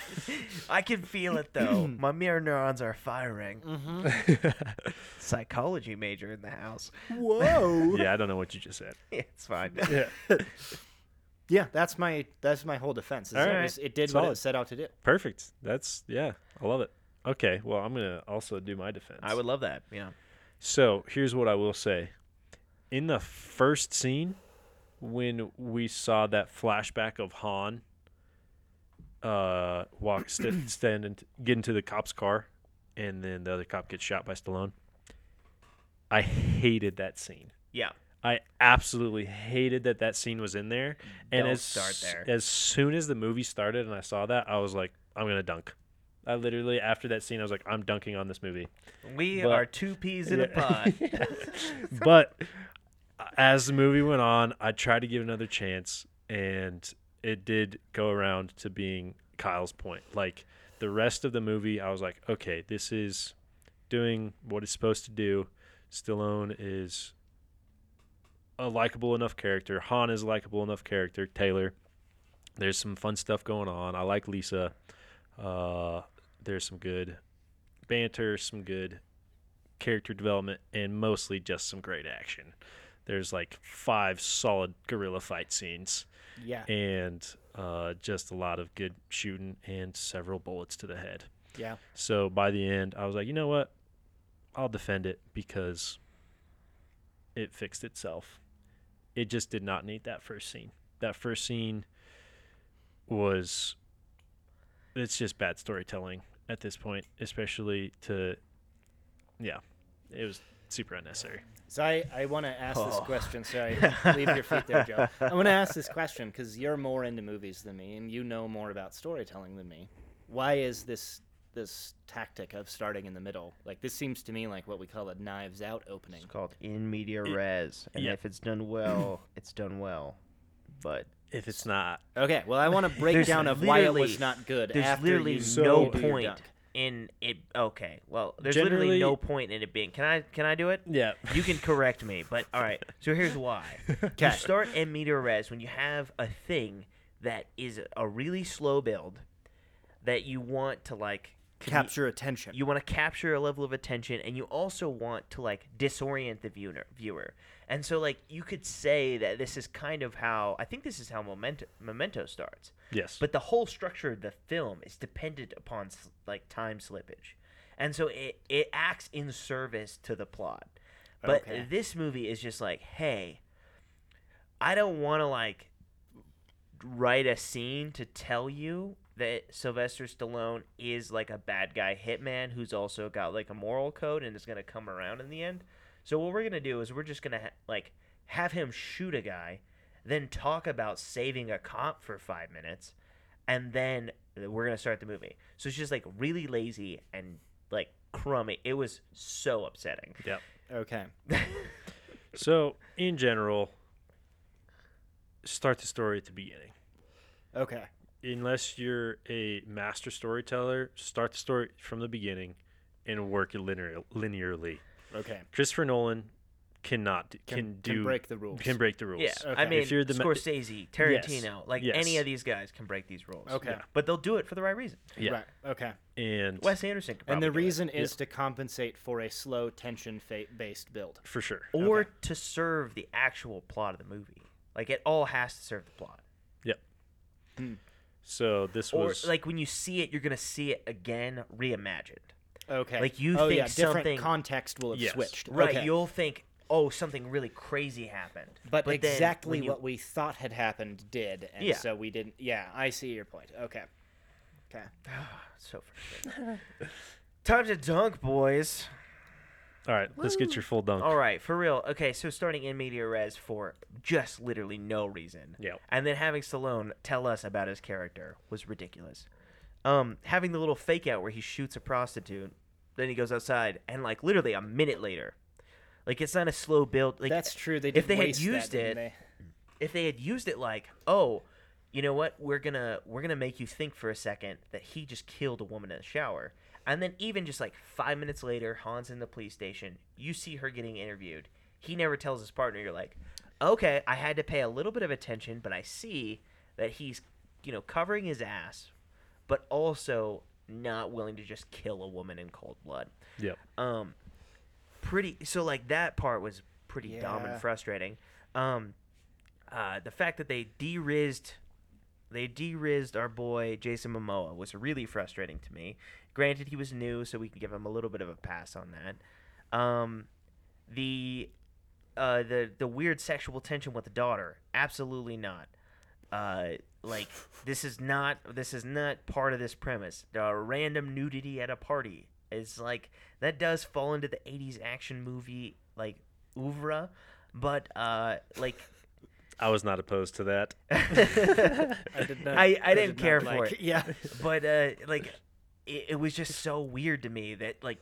D: I can feel it though. My mirror neurons are firing.
F: Mm-hmm.
D: Psychology major in the house.
F: Whoa.
E: Yeah, I don't know what you just said.
D: It's fine.
E: Yeah.
F: yeah, that's my that's my whole defense. is
E: All
F: it
E: right.
F: was- it did what
E: Solid.
F: it set out to do.
E: Perfect. That's yeah. I love it. Okay. Well, I'm gonna also do my defense.
D: I would love that. Yeah.
E: So here's what I will say. In the first scene, when we saw that flashback of Han, uh, walk st- stand and get into the cop's car, and then the other cop gets shot by Stallone. I hated that scene.
D: Yeah.
E: I absolutely hated that that scene was in there. And
D: Don't
E: as
D: start there.
E: as soon as the movie started and I saw that, I was like, I'm gonna dunk. I literally after that scene, I was like, I'm dunking on this movie.
D: We
E: But-
D: are two peas in a pod.
E: But as the movie went on, I tried to give it another chance, and it did go around to being Kyle's point. Like the rest of the movie, I was like, okay, this is doing what it's supposed to do. Stallone is a likable enough character. Han is a likable enough character. Taylor. There's some fun stuff going on. I like Lisa. Uh, there's some good banter, some good character development, and mostly just some great action. There's like five solid guerrilla fight scenes
F: Yeah.
E: and uh, just a lot of good shooting and several bullets to the head.
F: Yeah.
E: So by the end, I was like, you know what? I'll defend it because it fixed itself. It just did not need that first scene. That first scene was it's just bad storytelling at this point, especially to yeah, it was super unnecessary.
F: So I, I want to ask
D: Oh.
F: this question. Sorry, leave your feet there, Joe. I want to ask this question because you're more into movies than me, and you know more about storytelling than me. Why is this this tactic of starting in the middle? Like this seems to me like what we call a knives out opening.
D: It's called in media res, and
E: yeah.
D: if it's done well, it's done well. But
E: If it's not
F: Okay, well I want to break
D: There's
F: down of why it
D: literally-
F: was not good.
D: there's
F: after
D: literally
F: you
D: no
F: do your
D: point
F: dunk.
D: in it. Okay, well, there's
E: Generally-
D: literally no point in it being. Can I? Can I do it?
E: Yeah.
D: You can correct me, but all right. So here's why. You start in media res when you have a thing that is a really slow build that you want to like commu-
F: Capture attention.
D: you want to capture a level of attention and you also want to like disorient the viewer viewer and so like you could say that this is kind of how i think this is how memento, memento starts
E: yes.
D: but the whole structure of the film is dependent upon s- like time slippage and so it, it acts in service to the plot but
F: Okay.
D: this movie is just like hey i don't want to like write a scene to tell you that Sylvester Stallone is like a bad guy hitman who's also got like a moral code and is going to come around in the end. So what we're going to do is we're just going to ha- like have him shoot a guy, then talk about saving a cop for 5 minutes, and then we're going to start the movie. So it's just like really lazy and like crummy. It was so upsetting.
E: yep.
F: okay.
E: So in general, start the story at the beginning.
F: Okay.
E: unless you're a master storyteller, start the story from the beginning and work it linear, linearly.
F: Okay.
E: Christopher Nolan cannot d-
F: Can-
E: can,
F: can
E: do
F: break the rules.
E: Can break the rules.
D: Yeah, I
F: Okay.
D: mean,
E: If you're the ma-
D: Scorsese, Tarantino, like
E: yes.
D: any of these guys can break these rules.
F: Okay. Yeah.
D: but they'll do it for the right reason.
E: Yeah.
F: Right. Okay.
E: And
D: Wes Anderson, could
F: And the
D: probably do it.
F: reason is to compensate for a slow tension fa- based build.
E: for sure.
D: or to serve the actual plot of the movie. Like it all has to serve the plot.
E: Yep.
F: Hmm.
E: So this
D: Or
E: was
D: like when you see it, you're gonna see it again reimagined.
F: Okay.
D: Like, you
F: oh,
D: think
F: yeah, different
D: something-
F: context will have
E: Yes.
F: switched.
D: Right.
F: Okay.
D: You'll think, oh, something really crazy happened.
F: But,
D: then
F: exactly
D: when you-
F: what we thought had happened did, and
D: Yeah.
F: so we didn't. Yeah, I see your point. Okay. Okay.
D: so frustrating. Time to dunk, boys.
E: All right, let's get your full dunk.
D: All right, for real. Okay, so starting in media res for just literally no reason.
E: Yep.
D: And then having Stallone tell us about his character was ridiculous. Um, having the little fake out where he shoots a prostitute, then he goes outside, and like literally a minute later, like it's not a slow build. Like
F: That's true. They did
D: if they had
F: waste that,
D: used
F: didn't
D: it,
F: they?
D: if they had used it like, oh, you know what, we're gonna we're gonna make you think for a second that he just killed a woman in the shower, and then even just like five minutes later, Han's in the police station. You see her getting interviewed. He never tells his partner. You're like, okay, I had to pay a little bit of attention, but I see that he's, you know, covering his ass, but also not willing to just kill a woman in cold blood
E: Yep.
D: um pretty so like that part was pretty dumb
F: Yeah.
D: and frustrating um uh the fact that they de-rizzed they de-rizzed our boy jason momoa was really frustrating to me granted he was new so we can give him a little bit of a pass on that um the uh the the weird sexual tension with the daughter absolutely not uh like this is not this is not part of this premise uh, random nudity at a party is like that does fall into the 80s action movie like oeuvre but uh like
E: I was not opposed to that.
F: I did not.
D: I, I didn't
F: did not
D: care for
F: like-
D: it
F: Yeah.
D: but uh like it, it was just so weird to me that like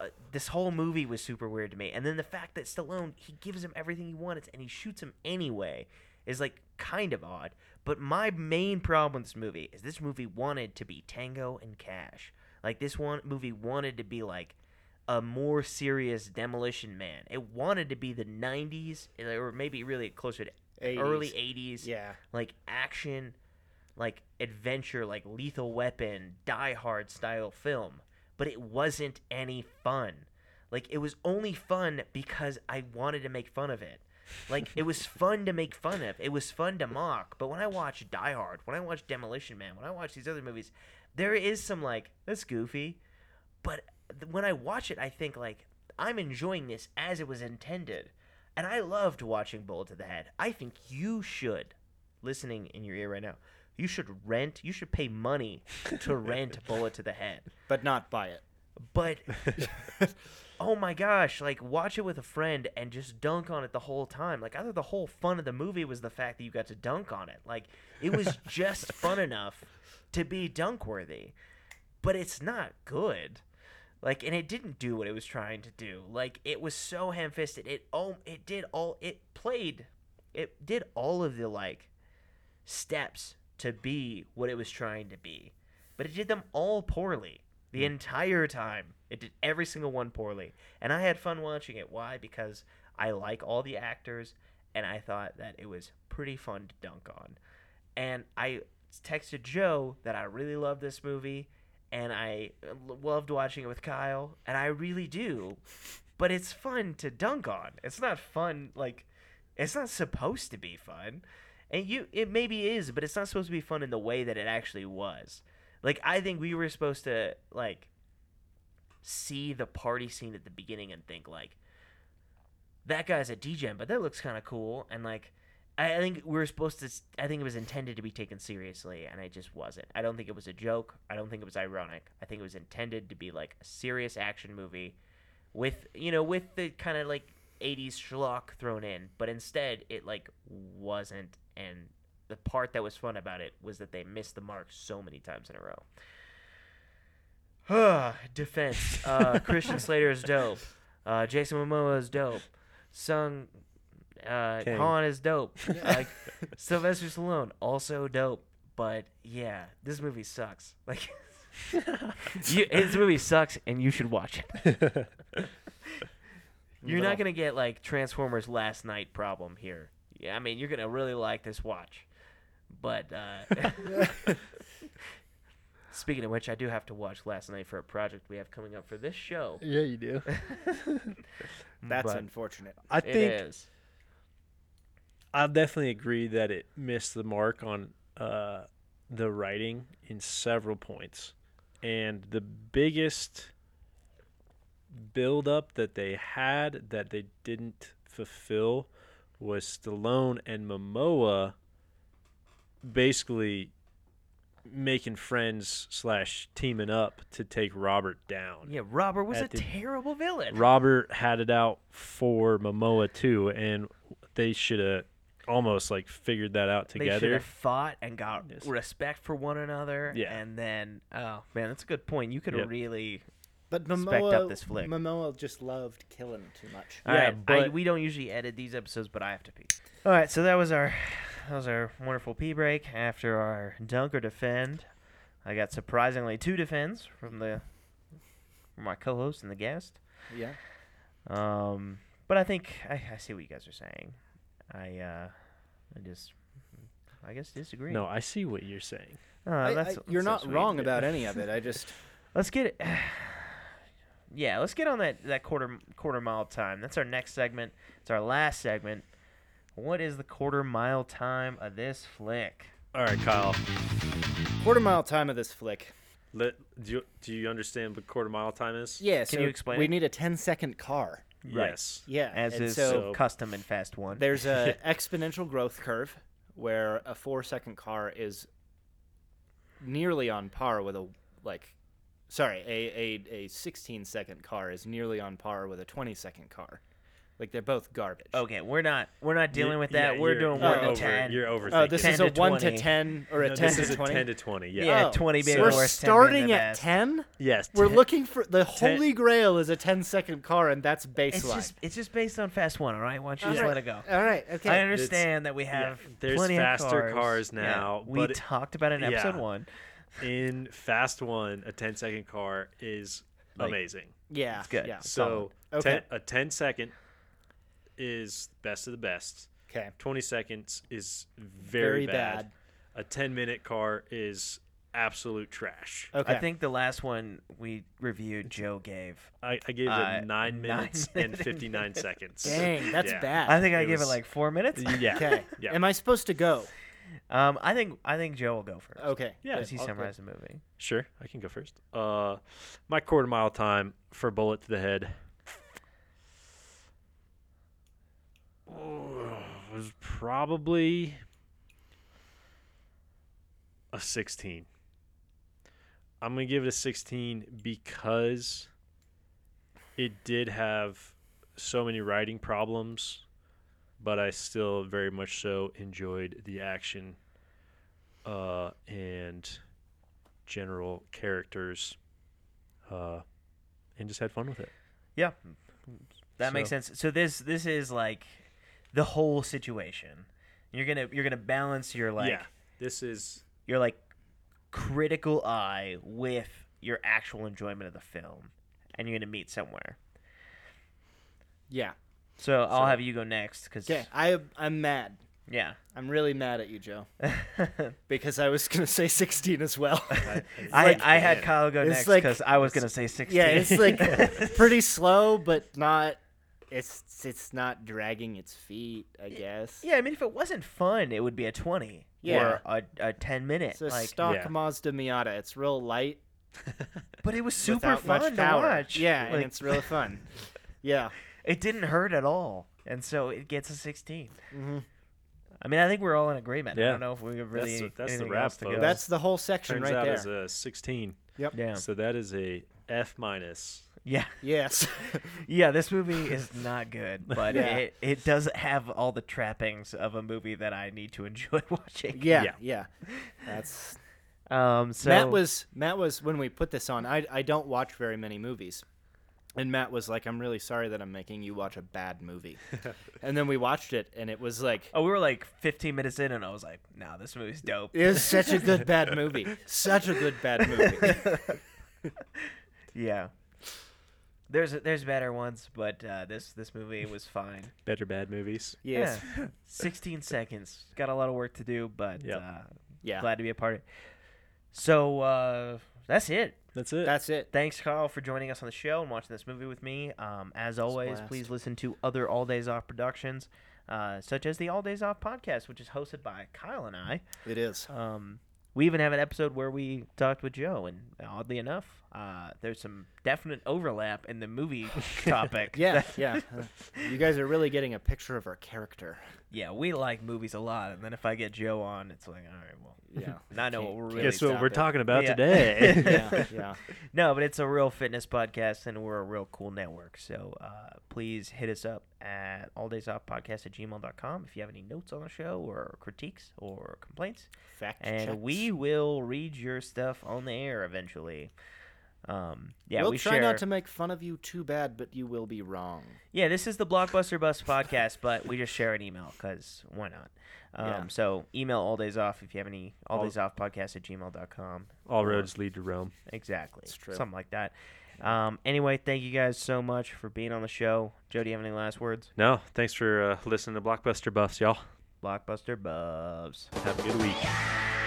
D: uh, this whole movie was super weird to me and then the fact that Stallone he gives him everything he wants and he shoots him anyway is like kind of odd but my main problem with this movie is this movie wanted to be tango and cash like this one movie wanted to be like a more serious demolition man it wanted to be the 90s or maybe really closer to
F: 80s.
D: early 80s
F: Yeah.
D: like action, like adventure, like Lethal Weapon, Die Hard style film, but it wasn't any fun. Like it was only fun because I wanted to make fun of it. Like it was fun to make fun of. It was fun to mock. But when I watch Die Hard, when I watch Demolition Man, when I watch these other movies, there is some like that's goofy, but th- when I watch it, I think like I'm enjoying this as it was intended, and I loved watching Bullet to the Head. I think you should, listening in your ear right now, you should rent. You should pay money to rent Bullet to the Head.
F: But not buy it.
D: But oh my gosh, like watch it with a friend and just dunk on it the whole time. Like I thought the whole fun of the movie was the fact that you got to dunk on it. Like it was just fun enough to be dunk worthy. But it's not good. Like and it didn't do what it was trying to do. Like it was so ham fisted. It oh it did all it played it did all of the like steps to be what it was trying to be. But it did them all poorly the entire time. It did every single one poorly. And I had fun watching it. Why? Because I like all the actors and I thought that it was pretty fun to dunk on. And I texted Joe that I really love this movie and I l- loved watching it with Kyle and I really do. But it's fun to dunk on. It's not fun like it's not supposed to be fun and you it maybe is but it's not supposed to be fun in the way that it actually was like i think we were supposed to like see the party scene at the beginning and think like that guy's a dj but that looks kind of cool and like I I think we were supposed to. s- I think it was intended to be taken seriously, and it just wasn't. I don't think it was a joke. I don't think it was ironic. I think it was intended to be like a serious action movie with you know with the kind of like 80s schlock thrown in but instead it like wasn't and the part that was fun about it was that they missed the mark so many times in a row defense uh, christian slater is dope uh, jason momoa is dope sung uh,
E: Kang.
D: Han is dope. Like Sylvester Stallone, also dope. But yeah, this movie sucks. Like, you, this movie sucks, and you should watch it. You're not gonna get like Transformers Last Night problem here. Yeah, I mean you're gonna really like this watch, but uh, speaking of which, I do have to watch Last Night for a project we have coming up for this show.
E: Yeah, you do.
F: That's
D: But-
F: unfortunate.
E: I
D: It
E: think
D: is.
E: I'll definitely agree that it missed the mark on uh, the writing in several points. And the biggest buildup that they had that they didn't fulfill was Stallone and Momoa basically making friends slash teaming up to take Robert down.
D: Yeah, Robert was
E: At
D: a
E: the-
D: terrible villain.
E: Robert had it out for Momoa too, and they should have almost like figured that out
D: They should
E: together.
D: have fought and got respect for one another.
E: Yeah.
D: And then, oh man, that's a good point. You could
E: Yep.
D: really.
F: But
D: Specked up this flick.
F: Momoa just loved killing too much.
D: All
E: Yeah,
D: right, I,
E: but-
D: we don't usually edit these episodes, but I have to pee. All right, so that was our that was our wonderful pee break after our dunk or defend. I got surprisingly two defends from the from my co-host and the guest.
F: Yeah.
D: Um, but I think I, I see what you guys are saying. I uh, I just I guess disagree.
E: no, I see what you're saying.
D: Uh,
F: I-
D: that's,
F: I- you're
D: that's so
F: not
D: sweet.
F: wrong about any of it. I just
D: Let's get it. yeah, let's get on that that quarter quarter mile time. That's our next segment. It's our last segment. What is the quarter mile time of this flick?
E: All right, Kyle.
F: quarter mile time of this flick.
E: Let, do you, do you understand what quarter mile time is?
F: Yeah.
D: Can
F: so
D: you explain
F: We
D: it?
F: need a 10 second car.
D: Right.
E: Yes.
F: Yeah.
D: As
F: and
D: is
F: so
D: custom in Fast One.
F: there's a exponential growth curve where a four second car is nearly on par with a like sorry a, a, a 16 second car is nearly on par with a 20 second car like they're both garbage
D: okay, we're not we're not dealing with
E: Yeah,
D: that. we're
E: you're-
D: doing
E: you're
D: one to
E: over,
D: ten.
E: You're overthinking.
F: oh this
D: 10
F: is a
D: to
F: 1 to
D: 20.
F: 10 or a
E: No,
F: 10
E: this
F: to
E: is a
F: 20
E: ten to twenty. Yeah.
D: Yeah,
F: Oh,
D: 20 being
F: we're
D: the worst, 10 being the
F: starting at
D: best.
F: 10
E: Yes.
F: we're
E: 10
F: looking for the
E: 10
F: holy grail is a 10 second car and that's baseline
D: It's just it's just based on Fast One, all right? Why don't you just
F: All
D: let
F: right,
D: it go?
F: all right okay
D: I understand that we have
E: there's
D: plenty
E: faster
D: of cars.
E: cars
D: Yeah,
E: now,
D: we
E: but it-
D: talked about it in episode
E: yeah.
D: one.
E: in Fast One, a 10 second car is amazing.
F: yeah
D: good.
F: yeah
E: So
F: Okay.
E: ten, a 10 second is best of the best.
F: okay
E: 20 seconds is very,
F: Very
E: bad. A 10 minute car is absolute trash.
F: okay
D: I think the last one we reviewed, Joe gave.
E: I, I gave
D: Uh,
E: it
D: nine
E: nine minutes and
D: minutes.
E: 59 seconds.
F: dang that's
E: Yeah.
F: bad
D: I think I
E: It
D: gave it
E: was-
D: like four minutes.
E: Yeah.
F: Okay.
E: Yeah.
F: Am I supposed to go?
D: Um, I think I think Joe will go first.
F: Okay.
E: Yeah.
D: Because he summarized the movie.
E: Sure, I can go first. Uh, my quarter mile time for bullet to the head Oh, was probably a 16. I'm gonna give it a 16 because it did have so many writing problems, but I still very much so enjoyed the action uh, and general characters uh, and just had fun with it.
D: Yeah. That makes
E: So-
D: sense. So this this is like the whole situation. You're gonna you're gonna balance your like
E: This is
D: your like critical eye with your actual enjoyment of the film, and you're gonna meet somewhere.
F: Yeah.
D: So I'll have you go next because
F: Okay. I I'm mad.
D: yeah.
F: I'm really mad at you, Joe, because I was gonna say 16 as well.
D: I, I had Kyle go
F: it's
D: next
F: like-
D: because I was gonna say sixteen.
F: yeah, it's like pretty slow, but not. It's it's not dragging its feet, I guess.
D: Yeah, I mean, if it wasn't fun, it would be a twenty
F: Yeah.
D: or a, a ten minute.
F: It's a
D: like,
F: stock
E: Yeah.
F: Mazda Miata. It's real light,
D: but it was super
F: without
D: fun
F: much
D: to
F: power.
D: watch.
F: Yeah, and
D: Like,
F: it's really fun. Yeah.
D: it didn't hurt at all, and so it gets a 16 I mean, I think we're all in agreement. I
E: Yeah.
D: don't know if we have really
E: That's the- that's the
D: anything
E: wrap,
D: else to go.
E: folks.
F: That's the whole section
E: turns
F: right
E: out
F: there.
E: as a 16.
F: yep.
D: yeah,
E: So that is a F minus.
D: yeah,
F: Yes.
D: yeah. This movie is not good, but
F: Yeah.
D: it it does have all the trappings of a movie that I need to enjoy watching.
F: yeah.
E: Yeah.
F: Yeah. That's
D: Um. So
F: Matt was Matt was when we put this on. I I don't watch very many movies, and Matt was like, "I'm really sorry that I'm making you watch a bad movie," and then we watched it, and it was like.
D: Oh, we were like 15 minutes in, and I was like, "Nah, this movie's dope."
F: It was such a good bad movie. Such a good bad movie.
D: Yeah. There's there's better ones, but uh, this this movie was fine.
E: Better bad movies.
F: Yes.
D: Yeah. 16 seconds. Got a lot of work to do, but
E: Yep.
D: uh,
F: Yeah.
D: glad to be a part of it. So uh, that's it.
E: That's it.
F: That's it.
D: Thanks, Carl, for joining us on the show and watching this movie with me. Um, as always,
F: blast.
D: please listen to other All Days Off productions, uh, such as the All Days Off podcast, which is hosted by Kyle and I.
F: It is.
D: Um, we even have an episode where we talked with Joe, and oddly enough, uh, there's some definite overlap in the movie topic.
F: Yeah, yeah. Uh, you guys are really getting a picture of our character.
D: yeah, we like movies a lot, and then if I get Joe on, it's like, all right, well,
F: Yeah.
D: and I know what we're really.
E: Guess what
F: stop
E: we're
F: it.
E: talking about
D: Yeah.
E: today?
F: yeah, yeah.
D: No, but it's a real fitness podcast, and we're a real cool network. So uh, please hit us up at alldaysoffpodcast at gmail.com if you have any notes on the show or critiques or complaints.
F: Fact
D: And
F: checks.
D: we will read your stuff on the air eventually. Um, yeah,
F: we'll
D: we
F: try
D: share.
F: not to make fun of you too bad, but you will be wrong.
D: Yeah, this is the Blockbuster Bus podcast, but we just share an email because why not? Um,
F: Yeah.
D: So email all days off if you have any all days off podcast at gmail.com.
E: All roads lead to Rome.
D: Exactly.
F: true.
D: Something like that. Um, anyway, thank you guys so much for being on the show. Joe, do you have any last words?
E: No, thanks for uh, listening to Blockbuster Buffs, y'all.
D: Blockbuster Bubs.
E: Have a good week.